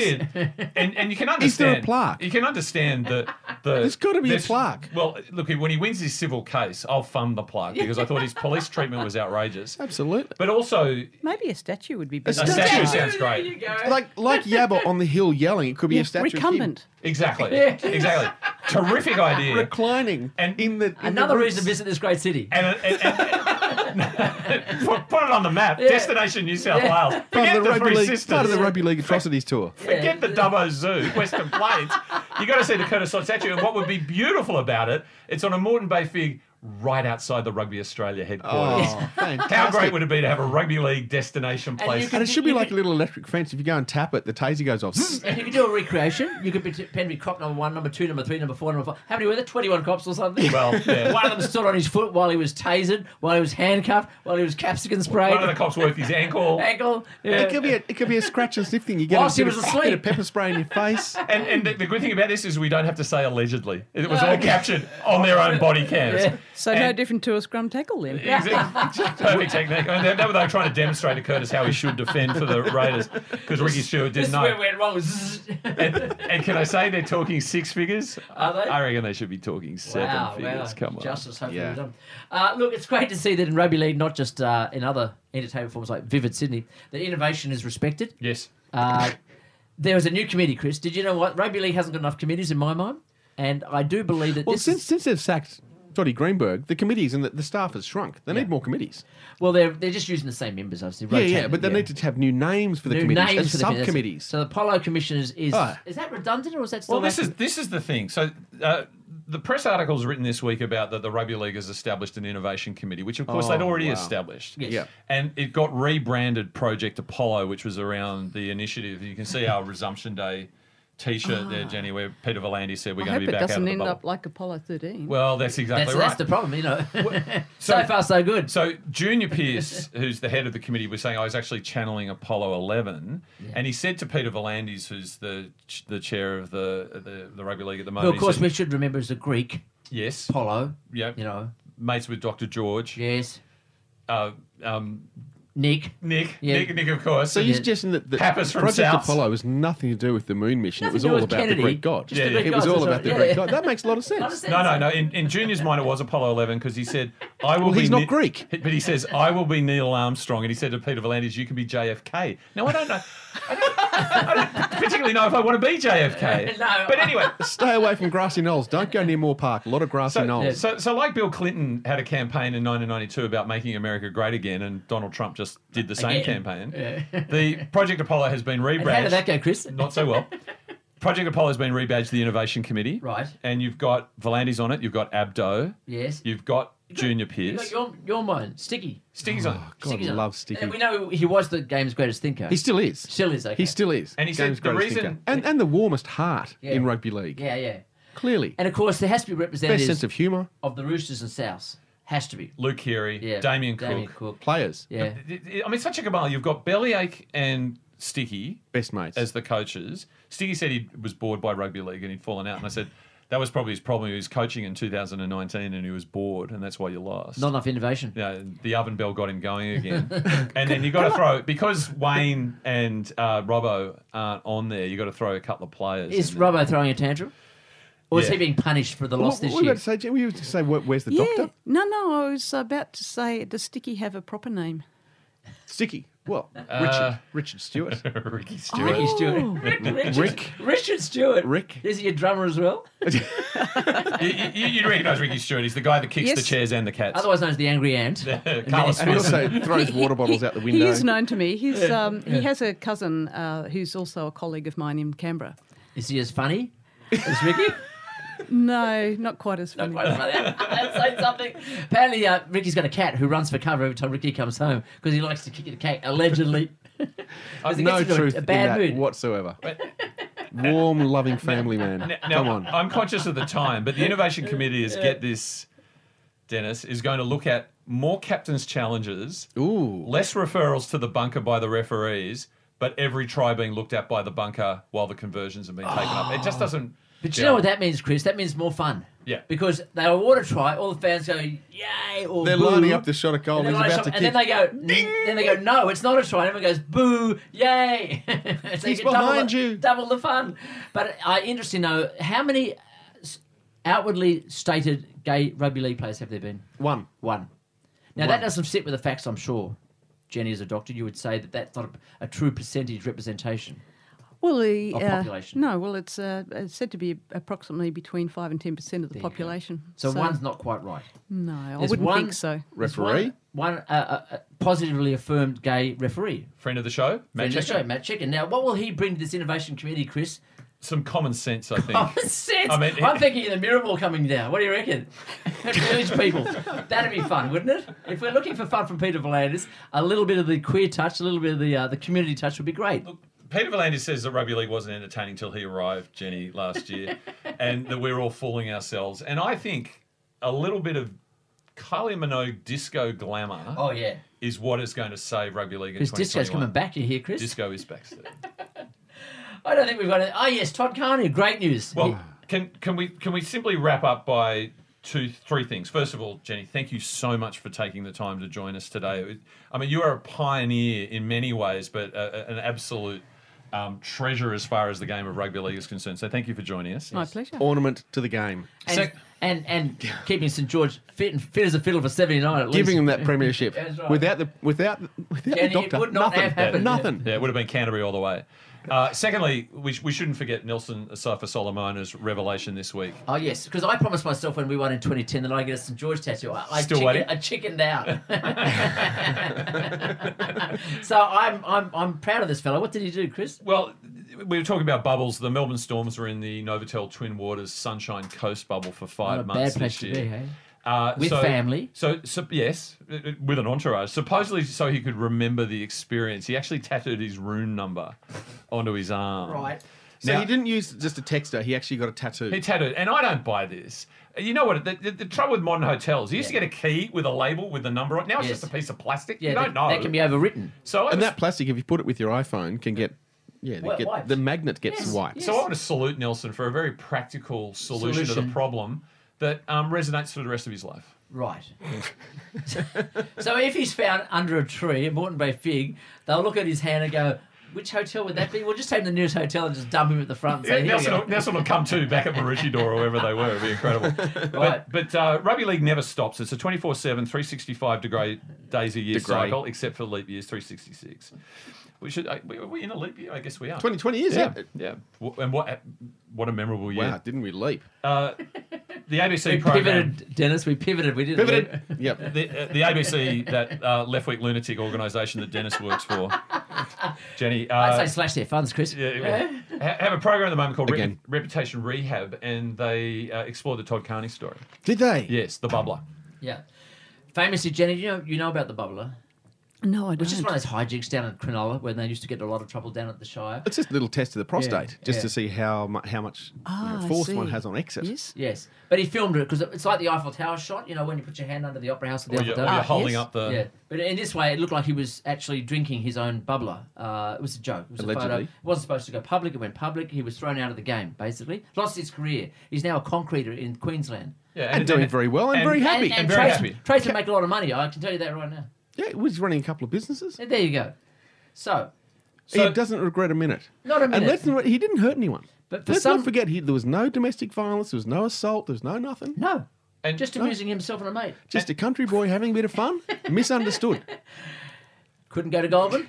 Speaker 4: did, and and you can understand.
Speaker 6: Is there a plaque?
Speaker 4: You can understand the the.
Speaker 6: There's gotta be a
Speaker 4: there's-
Speaker 6: plaque.
Speaker 4: Well, look, when he wins his civil case, I'll fund the plaque because I thought his police treatment was outrageous.
Speaker 6: Absolutely.
Speaker 4: But also,
Speaker 5: Maybe a statue would be
Speaker 6: A
Speaker 5: better.
Speaker 4: a
Speaker 6: statue.
Speaker 4: statue sounds great.
Speaker 6: Like like Yabba on the hill yelling, it could be a statue. of him
Speaker 5: Recumbent.
Speaker 4: Exactly, exactly. Terrific idea.
Speaker 6: reclining,
Speaker 4: And-
Speaker 6: and in the in the
Speaker 3: Another
Speaker 6: woods.
Speaker 3: reason to visit this great city.
Speaker 4: and, and, and- put, put it on the map. Destination New South Wales.
Speaker 6: Part
Speaker 4: Forget
Speaker 6: of the,
Speaker 4: the,
Speaker 6: rugby
Speaker 4: Three
Speaker 6: league,
Speaker 4: Sisters.
Speaker 6: part of the rugby league atrocities tour.
Speaker 4: Forget the Dubbo Zoo, Western Plains. You got to see the Curtis Sod statue. And what would be beautiful about it? It's on a Moreton Bay fig right outside the Rugby Australia headquarters.
Speaker 6: Oh,
Speaker 4: How
Speaker 6: fantastic.
Speaker 4: great would it be to have a rugby league destination place?
Speaker 6: And it should be like a little electric fence. If you go and tap it, the taser goes off.
Speaker 3: And you could do a recreation. You could pretend to be cop number one, number two, number three, number four, number five. How many were there? 21 cops or something?
Speaker 4: Well, yeah.
Speaker 3: One of them stood on his foot while he was tasered, while he was handcuffed, while he was capsicum sprayed.
Speaker 4: One of the cops worked his ankle.
Speaker 3: ankle. Yeah.
Speaker 6: It could be a, it could be a scratch and sniff thing. You get
Speaker 3: Whilst
Speaker 6: a
Speaker 3: he
Speaker 6: bit of-
Speaker 3: was asleep.
Speaker 6: bit of pepper spray in your face.
Speaker 4: And, and the, the good thing about this is we don't have to say allegedly. It was
Speaker 3: No.
Speaker 4: all captured on their own body cams.
Speaker 3: Yeah.
Speaker 5: So no
Speaker 4: And-
Speaker 5: different to a scrum tackle then.
Speaker 4: Exact- Perfect technique. And that, that was they were trying to demonstrate to Curtis how he should defend for the Raiders because Ricky Stewart
Speaker 3: This
Speaker 4: didn't
Speaker 3: is
Speaker 4: know.
Speaker 3: where it went wrong. Zzz.
Speaker 4: and, and can I say they're talking six figures?
Speaker 3: Are they?
Speaker 4: I reckon they should be talking seven figures. Come on.
Speaker 3: Justice, hopefully
Speaker 6: Yeah.
Speaker 3: we're done. Uh, look, it's great to see that in rugby league, not just uh, in other entertainment forms like Vivid Sydney, that innovation is respected.
Speaker 4: Yes.
Speaker 3: Uh, there was a new committee, Chris. Did you know what? Rugby league hasn't got enough committees in my mind, and I do believe that
Speaker 6: Well,
Speaker 3: this
Speaker 6: since
Speaker 3: is,
Speaker 6: since they've sacked Dottie Greenberg, the committees and the, the staff has shrunk. They need more committees.
Speaker 3: well, they're they're just using the same members, obviously.
Speaker 6: Yeah, yeah,
Speaker 3: rotating,
Speaker 6: but they need to have new names for the
Speaker 3: New
Speaker 6: committees
Speaker 3: names
Speaker 6: and
Speaker 3: for the committees.
Speaker 6: subcommittees.
Speaker 3: So the polo commissioners is
Speaker 6: Ah.
Speaker 3: is that redundant or is that still?
Speaker 4: Well, this is
Speaker 3: active?
Speaker 4: this is the thing. So. Uh, the press article's written this week about that the rugby league has established an innovation committee, which of course
Speaker 6: Oh,
Speaker 4: they'd already
Speaker 6: wow.
Speaker 4: established.
Speaker 3: Yes.
Speaker 6: Yeah.
Speaker 4: And it got rebranded Project Apollo, which was around the initiative. You can see our Resumption Day T-shirt there, Jenny, where Peter Volandi said we're
Speaker 5: I
Speaker 4: going
Speaker 5: hope
Speaker 4: to be
Speaker 5: it
Speaker 4: back out of
Speaker 5: doesn't
Speaker 4: the
Speaker 5: end
Speaker 4: bubble.
Speaker 5: up like Apollo 13.
Speaker 4: well, that's exactly
Speaker 3: that's,
Speaker 4: right.
Speaker 3: that's the problem, you know. so,
Speaker 4: so-
Speaker 3: far, so good.
Speaker 4: So Junior Pierce, who's the head of the committee, was saying I was actually channeling Apollo Eleven, and he said to Peter Volandis, who's the ch- the chair of the the, the rugby league at the moment,
Speaker 3: Well, of
Speaker 4: he
Speaker 3: course,
Speaker 4: said,
Speaker 3: we should remember as a Greek
Speaker 4: yes,
Speaker 3: polo.
Speaker 4: Yep.
Speaker 3: You know.
Speaker 4: mates with Doctor George,
Speaker 3: Yes.
Speaker 4: uh, um,
Speaker 3: Nick.
Speaker 4: Nick,
Speaker 3: Yeah.
Speaker 4: Nick, Nick, of course.
Speaker 6: So
Speaker 3: Yeah.
Speaker 6: you're suggesting that the
Speaker 4: Papas from
Speaker 6: Project
Speaker 4: South.
Speaker 6: Apollo was nothing to do with the moon mission.
Speaker 3: Nothing
Speaker 6: it was
Speaker 3: to do
Speaker 6: all
Speaker 3: with
Speaker 6: about
Speaker 3: Kennedy,
Speaker 6: the Greek god.
Speaker 3: just
Speaker 4: the Yeah, Greek
Speaker 6: it
Speaker 3: gods,
Speaker 6: was all
Speaker 3: that's
Speaker 6: about the
Speaker 3: right.
Speaker 6: Greek
Speaker 3: Yeah.
Speaker 6: god. That makes a lot of sense.
Speaker 4: No, no, no. In, in Junior's mind, it was Apollo 11 because he said, I will
Speaker 6: Well,
Speaker 4: be.
Speaker 6: he's not
Speaker 4: Ni-
Speaker 6: Greek.
Speaker 4: But he says, I will be Neil Armstrong. And he said to Peter Valandis, You can be JFK. Now, I don't know. I don't, I don't particularly know if I want to be JFK.
Speaker 3: No.
Speaker 4: But anyway.
Speaker 6: Stay away from grassy knolls. Don't go near Moore Park. A lot of grassy
Speaker 4: So,
Speaker 6: knolls.
Speaker 4: so, so, like Bill Clinton had a campaign in 1992 about making America great again, and Donald Trump just did the same
Speaker 3: Again.
Speaker 4: campaign. The Project Apollo has been rebranded.
Speaker 3: And how did that go, Chris?
Speaker 4: Not so well. Project Apollo has been rebadged the Innovation Committee.
Speaker 3: Right.
Speaker 4: And you've got Valandis on it. You've got Abdo.
Speaker 3: Yes.
Speaker 4: You've got Junior
Speaker 3: You
Speaker 4: Pierce.
Speaker 3: got your, Oh. your mind, Sticky.
Speaker 4: Sting's on it.
Speaker 6: God,
Speaker 3: Sticky's on.
Speaker 6: love Sticky.
Speaker 3: And we know he was the game's greatest thinker.
Speaker 6: He still is.
Speaker 3: Still is, okay.
Speaker 6: He still is.
Speaker 4: And he said
Speaker 6: Game's
Speaker 4: the
Speaker 6: greatest
Speaker 4: reason-
Speaker 6: thinker. and and the warmest heart
Speaker 3: Yeah.
Speaker 6: in rugby league.
Speaker 3: Yeah, yeah.
Speaker 6: Clearly,
Speaker 3: And of course, there has to be
Speaker 6: best
Speaker 3: representatives
Speaker 6: sense
Speaker 3: of,
Speaker 6: of humour.
Speaker 3: the Roosters and Souths. Has to be.
Speaker 4: Luke Keary.
Speaker 3: Yeah.
Speaker 4: Damien Cook.
Speaker 3: Damien Cook.
Speaker 6: Players,
Speaker 3: Yeah.
Speaker 4: I mean, such a cabal. You've got Bellyache and Sticky
Speaker 6: best mates.
Speaker 4: as the coaches. Sticky said he was bored by rugby league and he'd fallen out. And I said, that was probably his problem. He was coaching in 2019 and he was bored, and that's why you lost.
Speaker 3: Not enough innovation.
Speaker 4: Yeah, the oven bell got him going again. and then you got to throw because Wayne and uh, Robbo aren't on there. You got to throw a couple of players.
Speaker 3: Is
Speaker 4: in there.
Speaker 3: Robbo throwing a tantrum? Or is
Speaker 4: Yeah.
Speaker 3: he being punished for the
Speaker 6: What-
Speaker 3: loss
Speaker 6: what,
Speaker 3: this
Speaker 6: were you
Speaker 3: year?
Speaker 6: about to say? Jim? Were you to say where- where's the
Speaker 5: Yeah.
Speaker 6: doctor?
Speaker 5: No, no, I was about to say, does Sticky have a proper name?
Speaker 6: Sticky. Well,
Speaker 4: Uh,
Speaker 6: Richard. Richard Stewart.
Speaker 4: Ricky Stewart?
Speaker 3: Ricky Stewart. Rick, Richard,
Speaker 6: Rick.
Speaker 3: Richard Stewart.
Speaker 6: Rick.
Speaker 3: Is he a drummer as well?
Speaker 4: you, you, you'd recognise Ricky Stewart. He's the guy that kicks
Speaker 5: Yes.
Speaker 4: the chairs and the cats.
Speaker 3: Otherwise known as the Angry Ant.
Speaker 4: Carlos
Speaker 6: And he
Speaker 4: Wilson.
Speaker 6: also throws water bottles out the window.
Speaker 5: He is known to me. He's um, he has a cousin uh, who's also a colleague of mine in Canberra.
Speaker 3: Is he as funny as Ricky?
Speaker 5: No, not quite as
Speaker 3: Not
Speaker 5: funny.
Speaker 3: quite as funny. I'd say something. Apparently, uh, Ricky's got a cat who runs for cover every time Ricky comes home because he likes to kick the cat, allegedly. Because he
Speaker 6: no
Speaker 3: gets into a-
Speaker 6: truth
Speaker 3: a
Speaker 6: in
Speaker 3: bad
Speaker 6: that
Speaker 3: mood.
Speaker 6: whatsoever. Warm, loving family man.
Speaker 4: Now,
Speaker 6: Come on.
Speaker 4: I'm conscious of the time, but the Innovation Committee is get this, Dennis, is going to look at more captain's challenges,
Speaker 6: Ooh.
Speaker 4: less referrals to the bunker by the referees, but every try being looked at by the bunker while the conversions have been taken up. It just doesn't.
Speaker 3: Ah. But you know what that means, Chris? That means more fun.
Speaker 4: Yeah.
Speaker 3: Because they award a try, all the fans go, yay, or
Speaker 6: They're
Speaker 3: boo.
Speaker 6: lining up the shot at goal.
Speaker 3: And,
Speaker 6: Oh, He's
Speaker 3: they're like,
Speaker 6: about to
Speaker 3: and
Speaker 6: kick.
Speaker 3: then they go, "Mm," then they go, no, it's not a try. And everyone goes, boo, yay. so
Speaker 6: He's
Speaker 3: get double
Speaker 6: behind
Speaker 3: the-
Speaker 6: you.
Speaker 3: Double the fun. But I interesting to know how many uh, s- outwardly stated gay rugby league players have there been?
Speaker 6: One.
Speaker 3: One. Now that doesn't sit with the facts, I'm sure. Jenny, as a doctor, you would say that that's not a, a true percentage representation.
Speaker 5: Well, the
Speaker 3: Of
Speaker 5: uh,
Speaker 3: population.
Speaker 5: No, well, it's, uh, it's said to be approximately between five and ten percent of the
Speaker 3: go.
Speaker 5: population.
Speaker 3: So, one's not quite right.
Speaker 5: no, I
Speaker 3: There's
Speaker 5: wouldn't
Speaker 3: one-
Speaker 5: think so.
Speaker 3: There's
Speaker 6: Referee.
Speaker 3: One, one uh, uh, uh, positively affirmed gay referee.
Speaker 4: Friend of the show, Matt
Speaker 3: Matt
Speaker 4: Checker.
Speaker 3: Chicken. Matt Chicken. Now, what will he bring to this innovation committee, Chris?
Speaker 4: Some common sense, I think.
Speaker 3: Oh, sense.
Speaker 4: I
Speaker 3: I
Speaker 4: mean, he-
Speaker 3: am thinking of the Mirable coming down. What do you reckon? Village people. That'd be fun, wouldn't it? If we're looking for fun from Peter Volandis, a little bit of the queer touch, a little bit of the uh, the community touch would be great.
Speaker 4: Peter Valandis says that rugby league wasn't entertaining till he arrived, Jenny, last year, and that we're all fooling ourselves. And I think a little bit of Kylie Minogue disco glamour
Speaker 3: Oh yeah,
Speaker 4: is what is going to save rugby league in
Speaker 3: because disco's coming
Speaker 4: 2021.
Speaker 3: back. You hear, Chris?
Speaker 4: Disco is back. Steve.
Speaker 3: I don't think we've got it. Oh yes, Todd Carney. Great news.
Speaker 4: Well, can can we can we simply wrap up by two three things? First of all, Jenny, thank you so much for taking the time to join us today. It- I mean, you are a pioneer in many ways, but a, a- an absolute um, treasure as far as the game of rugby league is concerned. So thank you for joining us.
Speaker 5: My pleasure.
Speaker 6: Ornament to the game.
Speaker 3: and,
Speaker 4: sec-
Speaker 3: and and keeping St George fit and fit as a fiddle for seventy nine at least.
Speaker 6: Giving him that premiership
Speaker 3: That's right.
Speaker 6: without the without without
Speaker 3: Jenny, it
Speaker 6: the doctor.
Speaker 3: would not
Speaker 6: nothing.
Speaker 3: have happened.
Speaker 6: Nothing.
Speaker 4: Yeah, it would have been Canterbury all the way. Uh, secondly, we, sh- we shouldn't forget Nelson Asafa Solomona's revelation this week.
Speaker 3: Oh yes, because I promised myself when we won in 2010 that I get a St George tattoo. I, I,
Speaker 4: Still
Speaker 3: chicken,
Speaker 4: waiting?
Speaker 3: I chickened out. so I'm, I'm I'm proud of this fella. What did he do, Chris?
Speaker 4: Well, we were talking about bubbles. The Melbourne Storms were in the Novotel Twin Waters Sunshine Coast bubble for five
Speaker 3: Not a
Speaker 4: months
Speaker 3: bad place
Speaker 4: this
Speaker 3: to be,
Speaker 4: year.
Speaker 3: hey?
Speaker 4: Uh,
Speaker 3: With family.
Speaker 4: So, so yes, uh, uh, with an entourage. Supposedly, so he could remember the experience. He actually tattooed his rune number onto his arm.
Speaker 3: Right.
Speaker 6: So
Speaker 4: Now-
Speaker 6: he didn't use just a texter. He actually got a tattoo.
Speaker 4: He tattooed, and I don't buy this. You know what? The, the, the trouble with modern hotels, you used
Speaker 3: Yeah.
Speaker 4: to get a key with a label with the number on. it. Now it's
Speaker 3: Yes.
Speaker 4: just a piece of plastic.
Speaker 3: Yeah,
Speaker 4: you
Speaker 3: that,
Speaker 4: don't know.
Speaker 3: that can be overwritten.
Speaker 4: so, I
Speaker 6: and
Speaker 4: was-
Speaker 6: that plastic, if you put it with your iPhone, can get yeah, they
Speaker 3: Wi-
Speaker 6: get-
Speaker 3: wiped.
Speaker 6: the magnet gets
Speaker 3: Yes,
Speaker 6: wiped.
Speaker 4: So I want to salute Nelson for a very practical solution, to the
Speaker 3: Solution.
Speaker 4: problem that um, resonates for the rest of his life.
Speaker 3: Right. so if he's found under a tree, a Moreton Bay fig, they'll look at his hand and go, which hotel would that be? We'll just take him to the nearest hotel and just dump him at the front. And say,
Speaker 4: Yeah,
Speaker 3: "Here you
Speaker 4: Nelson,
Speaker 3: go."
Speaker 4: will, Nelson will come too back at Maroochydore or wherever they were. It'd be incredible.
Speaker 3: Right.
Speaker 4: But, but uh, rugby league never stops. It's a 24 7, 365 degree, days a year
Speaker 6: Degree.
Speaker 4: cycle, except for leap years, 366. We should. Uh, we, are we in a leap year? I guess we are.
Speaker 6: 20, 20 years, yeah.
Speaker 4: Yeah. yeah. W- And what what a memorable year.
Speaker 6: Wow, didn't we leap?
Speaker 4: Uh, the ABC
Speaker 3: We
Speaker 4: program.
Speaker 3: pivoted, Dennis. We pivoted. We didn't.
Speaker 6: Pivoted. yep.
Speaker 4: The, uh, the ABC, that uh, left wing lunatic organisation that Dennis works for. Jenny. Uh,
Speaker 3: I'd say slash their funds, Chris.
Speaker 4: Yeah, it will. Ha- have a program at the moment called Repu-
Speaker 6: Again.
Speaker 4: Reputation Rehab, and they uh, explore the Todd Carney story.
Speaker 6: Did they?
Speaker 4: Yes, the bubbler.
Speaker 3: Yeah. Famously, Jenny, you know you know about the bubbler,
Speaker 5: No, I don't.
Speaker 3: which is one of those hijinks down at Cronulla when they used to get in a lot of trouble down at the Shire.
Speaker 6: It's just a little test of the prostate, just
Speaker 3: yeah.
Speaker 6: to see how mu- how much you know,
Speaker 5: Ah, I
Speaker 6: force one
Speaker 5: see.
Speaker 6: has on exit.
Speaker 5: Yes.
Speaker 3: Yes, but he filmed it because it's like the Eiffel Tower shot. You know when you put your hand under the Opera House of the
Speaker 4: Or
Speaker 3: Eiffel
Speaker 4: you're,
Speaker 3: Tower.
Speaker 4: or you're
Speaker 5: Ah,
Speaker 4: holding
Speaker 5: yes.
Speaker 4: up oh, the.
Speaker 3: Yeah, but in this way, it looked like he was actually drinking his own bubbler. Uh, it was a joke. It was a photo.
Speaker 6: Allegedly.
Speaker 3: It wasn't supposed to go public. It went public. He was thrown out of the game, basically. Lost his career. He's now a concreter in Queensland.
Speaker 4: Yeah,
Speaker 6: And, doing very well and,
Speaker 4: and-
Speaker 6: very
Speaker 4: and-
Speaker 6: happy.
Speaker 3: And, and,
Speaker 4: very
Speaker 3: Trace,
Speaker 4: happy.
Speaker 3: Trace would make a lot of money. I can tell you that right now.
Speaker 6: yeah, he was running a couple of businesses.
Speaker 3: So there you go. So,
Speaker 4: So-
Speaker 6: he doesn't regret a minute.
Speaker 3: Not a
Speaker 6: And
Speaker 3: minute.
Speaker 6: let's not, he didn't hurt anyone.
Speaker 3: But for
Speaker 6: let's
Speaker 3: some-
Speaker 6: not forget he, there was no domestic violence, there was no assault, there was no nothing.
Speaker 3: no.
Speaker 4: And-
Speaker 3: just amusing himself and a mate.
Speaker 6: Just a country boy having a bit of fun. Misunderstood.
Speaker 3: Couldn't go to Goulburn.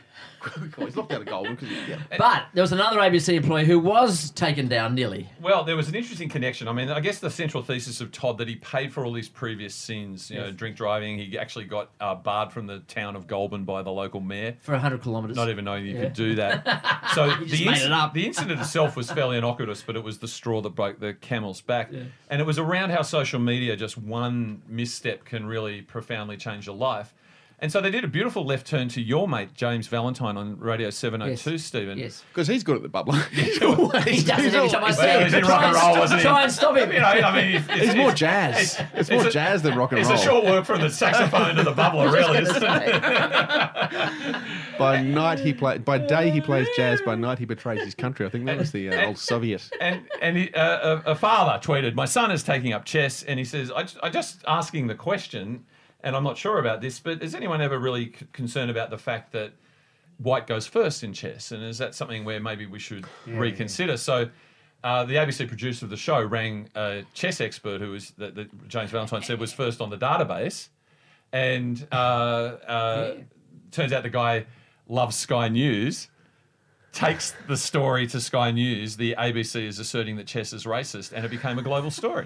Speaker 6: He's locked out of Goulburn because yeah.
Speaker 3: But there was another ABC employee who was taken down nearly.
Speaker 4: Well, there was an interesting connection. I mean, I guess the central thesis of Todd that he paid for all his previous sins, you know, drink driving. He actually got uh, barred from the town of Goulburn by the local mayor.
Speaker 3: For 100 kilometres.
Speaker 4: Not even knowing you could do that. So the,
Speaker 3: just made
Speaker 4: inc-
Speaker 3: it up.
Speaker 4: the incident itself was fairly innocuous, but it was the straw that broke the camel's back. And it was around how social media, just one misstep can really profoundly change your life. And so they did a beautiful left turn to your mate, James Valentine, on Radio 702, Stephen.
Speaker 3: Yes.
Speaker 6: Because he's good at the bubbler.
Speaker 3: He does it every time I see
Speaker 4: Well,
Speaker 3: him.
Speaker 4: he was in
Speaker 3: Try
Speaker 4: rock and
Speaker 3: and
Speaker 4: roll,
Speaker 3: stop-
Speaker 4: wasn't he?
Speaker 3: Try and stop him.
Speaker 4: You know, I mean, it's,
Speaker 6: He's
Speaker 4: it's-
Speaker 6: more jazz. It's, more
Speaker 4: it's a-
Speaker 6: jazz than rock and
Speaker 4: It's
Speaker 6: roll.
Speaker 4: a short work from the saxophone to the bubbler, really, isn't it?
Speaker 6: By night he play, by day he plays jazz. By night he betrays his country. I think that was the uh, old Soviet.
Speaker 4: and and he, uh, a, a father tweeted, "My son is taking up chess," and he says, I, ju- "I just asking the question, and I'm not sure about this, but is anyone ever really c- concerned about the fact that white goes first in chess, and is that something where maybe we should reconsider?" So. Uh, the ABC producer of the show rang a chess expert who was that, that James Valentine said was first on the database, and uh, uh, turns out the guy loves Sky News takes the story to Sky News, the ABC is asserting that chess is racist, and it became a global story.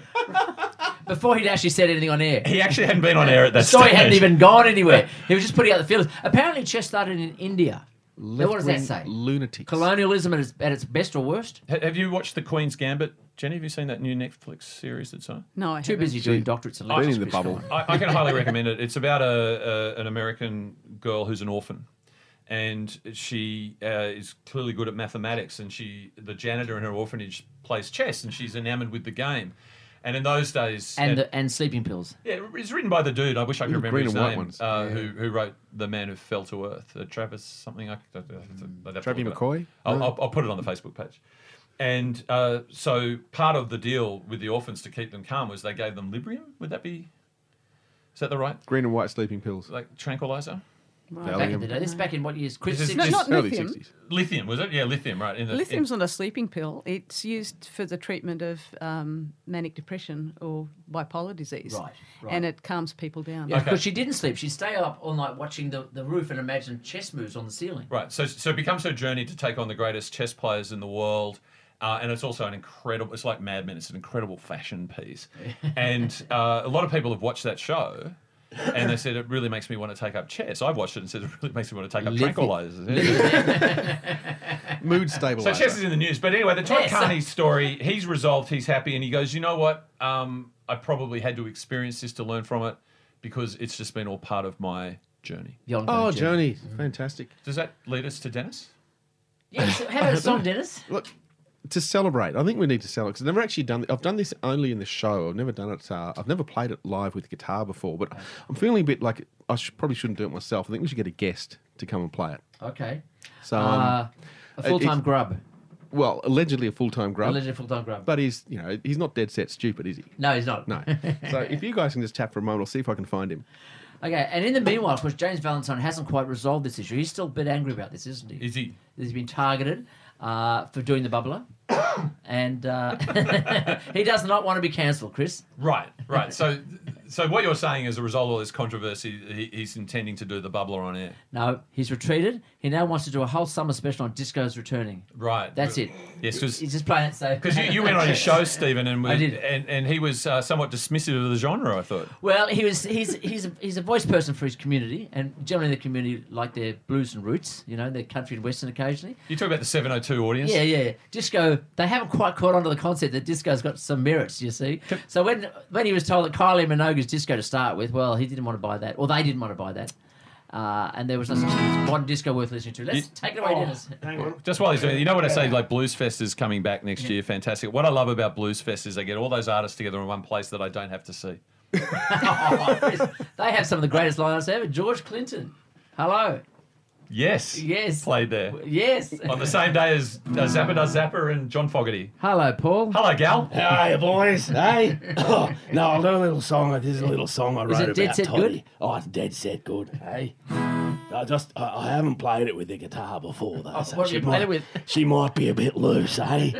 Speaker 3: Before he'd actually said anything on air.
Speaker 4: he actually hadn't been on air at that
Speaker 3: The story
Speaker 4: stage.
Speaker 3: hadn't even gone anywhere. He was just putting out the feelers. Apparently, chess started in India. Now, what does that
Speaker 6: Left-wing
Speaker 3: say?
Speaker 6: Lunatics.
Speaker 3: Colonialism at its, at its best or worst?
Speaker 4: Ha- Have you watched The Queen's Gambit, Jenny? Have you seen that new Netflix series that's on?
Speaker 5: No, I
Speaker 3: Too
Speaker 5: haven't.
Speaker 3: busy doing doctorates and
Speaker 6: Been
Speaker 3: lectures.
Speaker 6: in the
Speaker 3: Chris
Speaker 6: bubble.
Speaker 3: Cullen.
Speaker 4: I, I can highly recommend it. It's about a, a an American girl who's an orphan, and she uh, is clearly good at mathematics. And she, the janitor in her orphanage, plays chess, and she's enamored with the game. And in those days,
Speaker 3: And, the, and sleeping pills.
Speaker 4: Yeah, it's written by the dude. I wish I could
Speaker 6: Ooh,
Speaker 4: remember
Speaker 6: green
Speaker 4: his
Speaker 6: and white
Speaker 4: name.
Speaker 6: ones.
Speaker 4: Uh, Who who wrote The Man Who Fell to Earth? Uh, Travis something. I, I, I'd have to
Speaker 6: Travie
Speaker 4: look it up.
Speaker 6: Mm, McCoy?
Speaker 4: I'll,
Speaker 6: No.
Speaker 4: I'll, I'll put it on the Facebook page. And uh, so part of the deal with the orphans to keep them calm was they gave them Librium. Would that be? Is that the right
Speaker 6: Green and white sleeping pills.
Speaker 4: like tranquilizer?
Speaker 3: Back in the
Speaker 6: Valium.
Speaker 3: day. This is back in what years? Chris,
Speaker 4: This is-
Speaker 5: No,
Speaker 3: sixties?
Speaker 4: Just
Speaker 5: not
Speaker 6: Early
Speaker 5: lithium.
Speaker 6: sixties.
Speaker 4: Lithium was it? Yeah, lithium. Right. In the, in-
Speaker 5: Lithium's not a sleeping pill. It's used for the treatment of um, manic depression or bipolar disease.
Speaker 3: Right, right.
Speaker 5: And it calms people down.
Speaker 3: Yeah, because she didn't sleep. She'd stay up all night watching the, the roof and imagine chess moves on the ceiling.
Speaker 4: Right. So, so it becomes her journey to take on the greatest chess players in the world. Uh, and it's also an incredible, it's like Mad Men, it's an incredible fashion piece. And uh, a lot of people have watched that show and they said, it really makes me want to take up chess. I've watched it and said, it really makes me want to take up
Speaker 3: Lithium.
Speaker 4: tranquilizers.
Speaker 6: Mood
Speaker 4: so
Speaker 6: stabilizer.
Speaker 4: chess is in the news. But anyway, the Todd
Speaker 3: Yes.
Speaker 4: Carney story, he's resolved, he's happy, and he goes, you know what? Um, I probably had to experience this to learn from it because it's just been all part of my journey.
Speaker 3: The ongoing
Speaker 6: oh, journey, fantastic.
Speaker 4: Does that lead us to Dennis?
Speaker 3: Yes, how about a song, Dennis?
Speaker 6: Look, to celebrate, I think we need to celebrate because I've never actually done. I've done this only in the show. I've never done it. Uh, I've never played it live with guitar before. But I'm feeling a bit like I sh- probably shouldn't do it myself. I think we should get a guest to come and play it.
Speaker 3: Okay.
Speaker 6: So um,
Speaker 3: uh, a
Speaker 6: it-
Speaker 3: full time grub.
Speaker 9: well, allegedly a full time
Speaker 4: Uh,
Speaker 9: grub.
Speaker 3: Alleged full-time grub.
Speaker 9: But he's, you know, he's not dead set stupid, is he?
Speaker 3: no, he's not.
Speaker 9: No. so if you guys can just tap for a moment, I'll see if I can find him.
Speaker 3: Okay, and in the meanwhile, of course, James Valentine hasn't quite resolved this issue. He's still a bit angry about this, isn't he?
Speaker 4: Is he?
Speaker 3: He's been targeted uh, for doing the bubbler, and uh, he does not want to be cancelled, Chris.
Speaker 4: Right, right. So, so what you're saying as a result of all this controversy, he, he's intending to do the bubbler on air.
Speaker 3: No, he's retreated. He now wants to do a whole summer special on discos returning.
Speaker 4: Right.
Speaker 3: That's it.
Speaker 4: Yes, because.
Speaker 3: He's just playing it safe.
Speaker 4: Because you, you went on his show, Stephen, and
Speaker 3: I did.
Speaker 4: and, and he was uh, somewhat dismissive of the genre. I thought.
Speaker 3: Well, he was he's he's a, he's a voice person for his community, and generally the community like their blues and roots, you know, their country and western occasionally.
Speaker 4: You talk about the 702 audience.
Speaker 3: Yeah, yeah, yeah. Disco. They haven't quite caught on to the concept that disco's got some merits. You see. So when when he was told that Kylie Minogue's disco to start with, well, he didn't want to buy that, or they didn't want to buy that, uh, and there was no such thing as modern disco worth listening to. Let's
Speaker 4: You-
Speaker 3: take it away, Dennis.
Speaker 6: Hang on.
Speaker 4: Just while he's doing it, you know what I say? Like Bluesfest is coming back next year. Fantastic. What I love about Bluesfest is they get all those artists together in one place that I don't have to see.
Speaker 3: they have some of the greatest lineups ever. George Clinton. Hello.
Speaker 4: Yes.
Speaker 3: Yes.
Speaker 4: Played there
Speaker 3: Yes.
Speaker 4: on the same day as uh, Zappa does Zappa and John Fogerty.
Speaker 3: Hello, Paul.
Speaker 4: Hello, gal.
Speaker 6: Hey boys, hey! Oh, no, I'll do a little song. This is a little song I wrote
Speaker 3: Is it
Speaker 6: about
Speaker 3: dead set
Speaker 6: Toddy.
Speaker 3: good?
Speaker 6: Oh, it's dead set good. Hey, I just I, I haven't played it with the guitar before though.
Speaker 3: Oh, what
Speaker 6: so
Speaker 3: have
Speaker 6: she
Speaker 3: you played it
Speaker 6: might-
Speaker 3: with?
Speaker 6: She might be a bit loose, hey?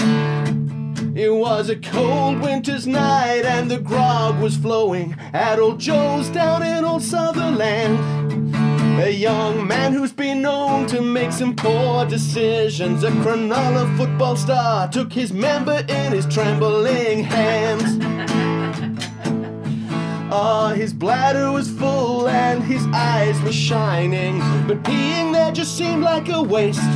Speaker 6: It was a cold winter's night and the grog was flowing at old Joe's down in old Sutherland. A young man who's been known to make some poor decisions. A Cronulla football star took his member in his trembling hands. Ah, his bladder was full and his eyes were shining, but peeing there just seemed like a waste.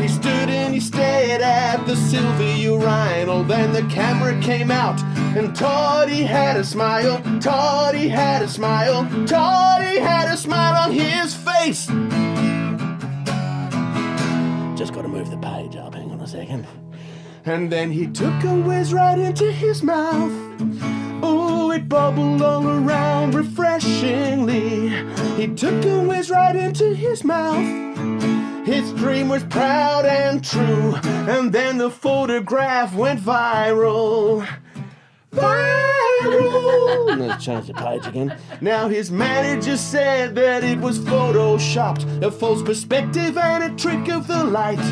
Speaker 6: He stood and he stared at the silver urinal. Then the camera came out, and Toddy had a smile. Toddy had a smile. Toddy had a smile on his face. Just gotta move the page up. Hang on a second. And then he took a whiz right into his mouth. Oh, it bubbled all around refreshingly. He took a whiz right into his mouth. His dream was proud and true, and then the photograph went viral. Viral! Let's change the page again. Now his manager said that it was photoshopped, a false perspective and a trick of the light.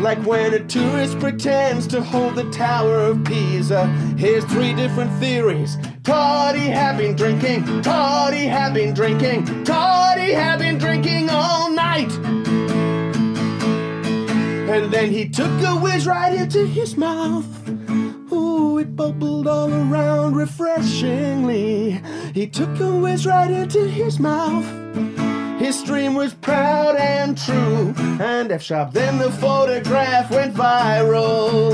Speaker 6: Like when a tourist pretends to hold the Tower of Pisa. Here's three different theories. Toddy have been drinking, Toddy have been drinking, Toddy have been drinking all night. And then he took a whiz right into his mouth. Ooh, it bubbled all around refreshingly. He took a whiz right into his mouth. His dream was proud and true. And F sharp, then the photograph went viral.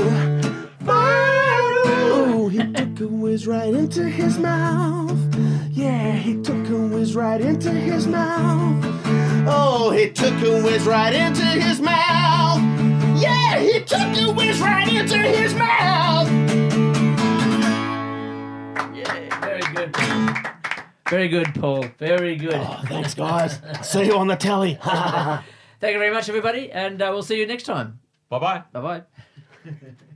Speaker 6: Viral! Ooh, he took a whiz right into his mouth. Yeah, he took a whiz right into his mouth. Oh, he took a whiz right into his mouth. Yeah, he took a whiz right into his mouth.
Speaker 3: Yeah, very good. Very good, Paul. Very good.
Speaker 6: Thanks, guys. See you on the telly.
Speaker 3: Thank you very much, everybody, and uh, we'll see you next time.
Speaker 4: Bye bye.
Speaker 3: Bye bye.